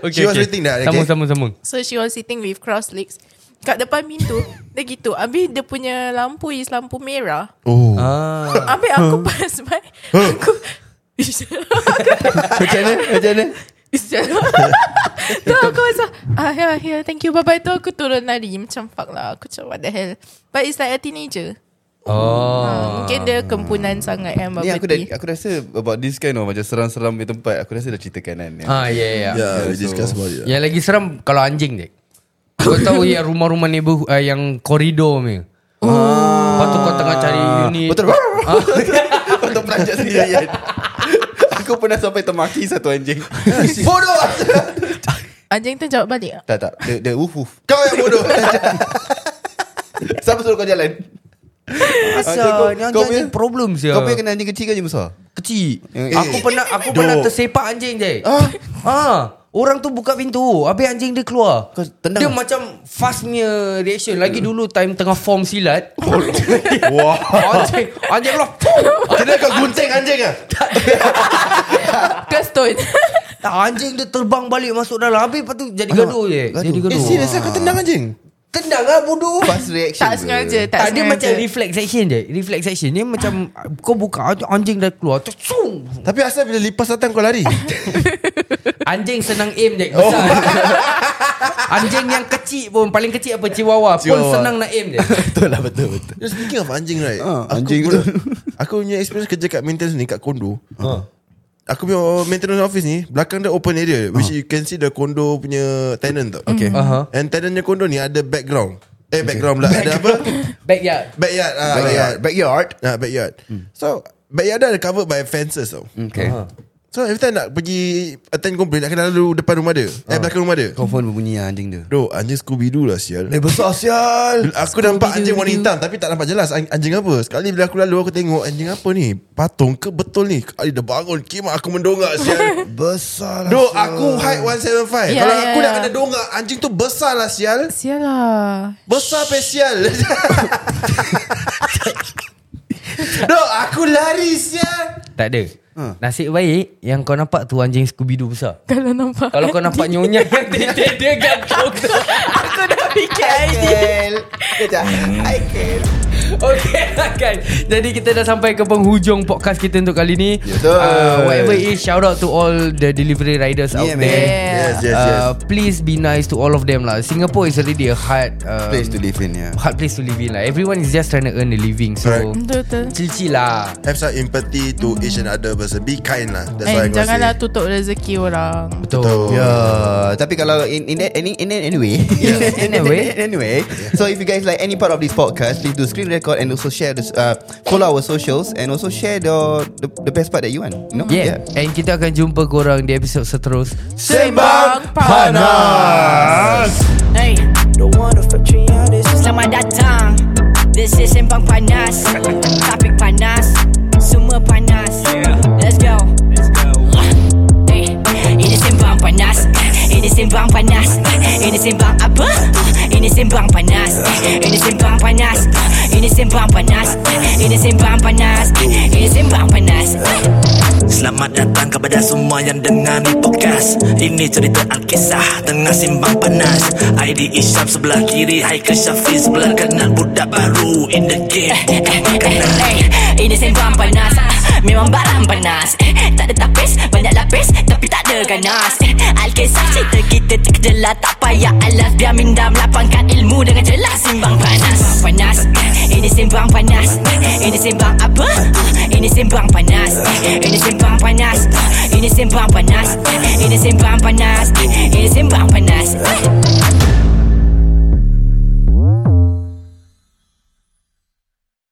Speaker 3: okay,
Speaker 6: She was waiting dah, okay?
Speaker 3: Sambung sambung sambung
Speaker 4: So she was sitting with crossed legs Kat depan pintu Dia gitu Habis dia punya lampu Is lampu merah
Speaker 6: Oh
Speaker 3: Ah.
Speaker 4: Habis aku pass by Aku
Speaker 2: Macam mana? Macam mana?
Speaker 4: Tu aku macam ah, yeah, yeah, Thank you bye bye Tu aku turun lari Macam fuck lah Aku macam what the hell But it's like a teenager
Speaker 3: Oh.
Speaker 4: Ah, Mungkin dia kempunan sangat kan
Speaker 2: Ni aku dah,
Speaker 4: Bubble tea
Speaker 2: aku rasa about this kind of macam seram-seram di tempat aku rasa dah ceritakan kan.
Speaker 3: Ah ya yeah, ya. Yeah. Yeah.
Speaker 6: Yeah, we discuss about it
Speaker 3: Yang lagi seram kalau anjing dek. Kau <laughs> tahu yang rumah-rumah neighborhood uh, yang koridor ni. Oh. Lepas tu kau tengah cari unit. Ah.
Speaker 2: Betul. <laughs> Untuk peranjat sendiri <laughs> kan. Aku pernah sampai termaki satu anjing.
Speaker 6: Ya,
Speaker 2: Bodoh.
Speaker 4: Anjing tu Ah, jawab balik
Speaker 2: tak tak. Dia, dia woof woof.
Speaker 6: Kau yang bodoh
Speaker 2: Siapa suruh kau jalan?
Speaker 3: <laughs> Asal
Speaker 2: kau-
Speaker 3: ni
Speaker 2: kau
Speaker 3: anjing
Speaker 2: punya-
Speaker 3: problem sia.
Speaker 2: Kau punya kena anjing kecil ke anjing besar?
Speaker 3: kecil.
Speaker 2: Eh,
Speaker 3: aku
Speaker 2: eh.
Speaker 3: pernah aku pernah tersepak anjing dek. Ah. ah. Orang tu buka pintu Habis anjing dia keluar
Speaker 2: Kau tendang
Speaker 3: Dia
Speaker 2: ah?
Speaker 3: macam Fast punya reaction Lagi dulu time tengah form <laughs> silat
Speaker 6: Wah
Speaker 3: Anjing Anjing <laughs> keluar Fuh!
Speaker 6: Kena kau gunting anjing ah.
Speaker 4: Gaston
Speaker 3: Tak, anjing dia terbang balik masuk dalam Habis lepas tu jadi gaduh je Jadi
Speaker 6: Eh
Speaker 3: gaduh
Speaker 6: serius ah, kau tendang anjing
Speaker 3: Tendang lah bodoh
Speaker 2: Fast reaction.
Speaker 4: Tak
Speaker 2: ke?
Speaker 4: sengaja
Speaker 3: tak,
Speaker 4: Tak,
Speaker 3: dia
Speaker 4: sengaja.
Speaker 3: macam reflex action je Reflex action Dia macam Kau buka anj- anjing dah keluar tu, cung.
Speaker 6: Tapi asal bila lipas datang kau lari
Speaker 3: Anjing senang aim je Besar Anjing yang kecil pun Paling kecil apa Chihuahua, Pun
Speaker 6: Chihuahua.
Speaker 3: senang nak aim je
Speaker 6: Betul lah betul betul. <laughs> Just speaking of anjing right.
Speaker 2: Ah,
Speaker 6: aku
Speaker 2: anjing
Speaker 6: pula- Ah.
Speaker 2: betul.
Speaker 6: <laughs> Aku punya experience kerja kat maintenance ni kat kondo. Aku punya maintenance office ni belakang dia open area which you can see the kondo punya tenant tau. Okay.
Speaker 3: Aha.
Speaker 6: And tenant punya kondo ni ada background. Eh background pula ada apa?
Speaker 3: Backyard
Speaker 6: Backyard. Ah,
Speaker 2: Backyard.
Speaker 6: backyard.
Speaker 2: Backyard.
Speaker 6: Ah, backyard. So backyard dia ada covered by fences tau.
Speaker 2: Okay.
Speaker 6: So every time nak pergi attend complaint nak kena lalu depan rumah dia. Eh belakang rumah dia.
Speaker 2: Kau phone berbunyi ah, anjing dia.
Speaker 6: Bro anjing Scooby Doo lah sial
Speaker 2: Eh besar sial.
Speaker 6: Aku nampak anjing warna hitam Tapi tak nampak jelas an- Anjing apa Sekali bila aku lalu Aku tengok anjing apa ni Patung ke betul ni Kali dia bangun Kimak aku mendongak
Speaker 4: <laughs>
Speaker 6: sial
Speaker 2: Besar lah.
Speaker 6: Doh
Speaker 2: sial.
Speaker 6: aku height 175
Speaker 4: Ya,
Speaker 6: Kalau
Speaker 4: ya,
Speaker 6: aku nak
Speaker 4: ya.
Speaker 6: kena dongak Anjing tu besar lah sial
Speaker 4: Sial lah
Speaker 6: Besar <laughs> pesial Doh aku lari sial
Speaker 3: Tak ada Nasib baik Yang kau nampak tu Anjing Scooby-Doo besar
Speaker 4: Kalau nampak
Speaker 3: Kalau kau <laughs> nampak nyonya Yang titik dia gantung <laughs> tu.
Speaker 4: Aku dah fikir idea
Speaker 2: Hmm,
Speaker 3: <laughs> Okay lah guys Jadi kita dah sampai ke penghujung podcast kita untuk kali ni
Speaker 2: Betul.
Speaker 3: uh, Whatever it is Shout out to all the delivery riders out
Speaker 2: Yeah, man.
Speaker 3: there
Speaker 4: Yeah.
Speaker 6: Yes yes yes
Speaker 3: Uh, please be nice to all of them lah Singapore is already a hard um,
Speaker 2: Place to live in ya.
Speaker 3: Hard place to live in lah Everyone is just trying to earn a living So
Speaker 6: Correct.
Speaker 4: Betul
Speaker 3: Chill-chill lah
Speaker 6: Have some empathy to each and other person Be kind lah That's
Speaker 4: Eh,
Speaker 6: what I'm
Speaker 4: janganlah
Speaker 6: gonna say
Speaker 4: tutup rezeki orang.
Speaker 3: Betul
Speaker 2: Ya, tapi kalau in in any in anyway, <laughs>
Speaker 3: Anyway.
Speaker 2: anyway. So if you guys like any part of this podcast, please do screen record and also share this uh, follow our socials and also share the the, the best part that you want. You know?
Speaker 3: Yeah. And kita akan jumpa korang di episod seterus
Speaker 4: Sembang Panas.
Speaker 1: Hey, don't wanna fuck panas Topik panas Semua panas Let's go Eh, Ini sembang panas Ini sembang panas Ini sembang apa? Ini sembang panas Ini sembang panas Ini sembang panas Ini sembang panas Ini sembang panas
Speaker 5: Selamat datang kepada semua yang dengar ni podcast Ini cerita Alkisah tengah simbang panas ID Isyam sebelah kiri Haikal Syafiq sebelah kanan Budak baru in the game Bukan makanan
Speaker 1: Eh, Ini sembang panas Ah, Memang barang panas Eh, Tak ada tapis Banyak lapis Tapi tak ada ganas Eh, Alkisah cerita kita terkejelah Tak payah alas Biar minda melapangkan ilmu Dengan jelas Simbang panas Simbang panas Eh, Ini simbang panas Eh, Ini simbang apa? Ah, Ini simbang panas Eh, Ini simbang panas Ah, Ini simbang panas Eh, Ini simbang panas Eh, Ini simbang panas Eh,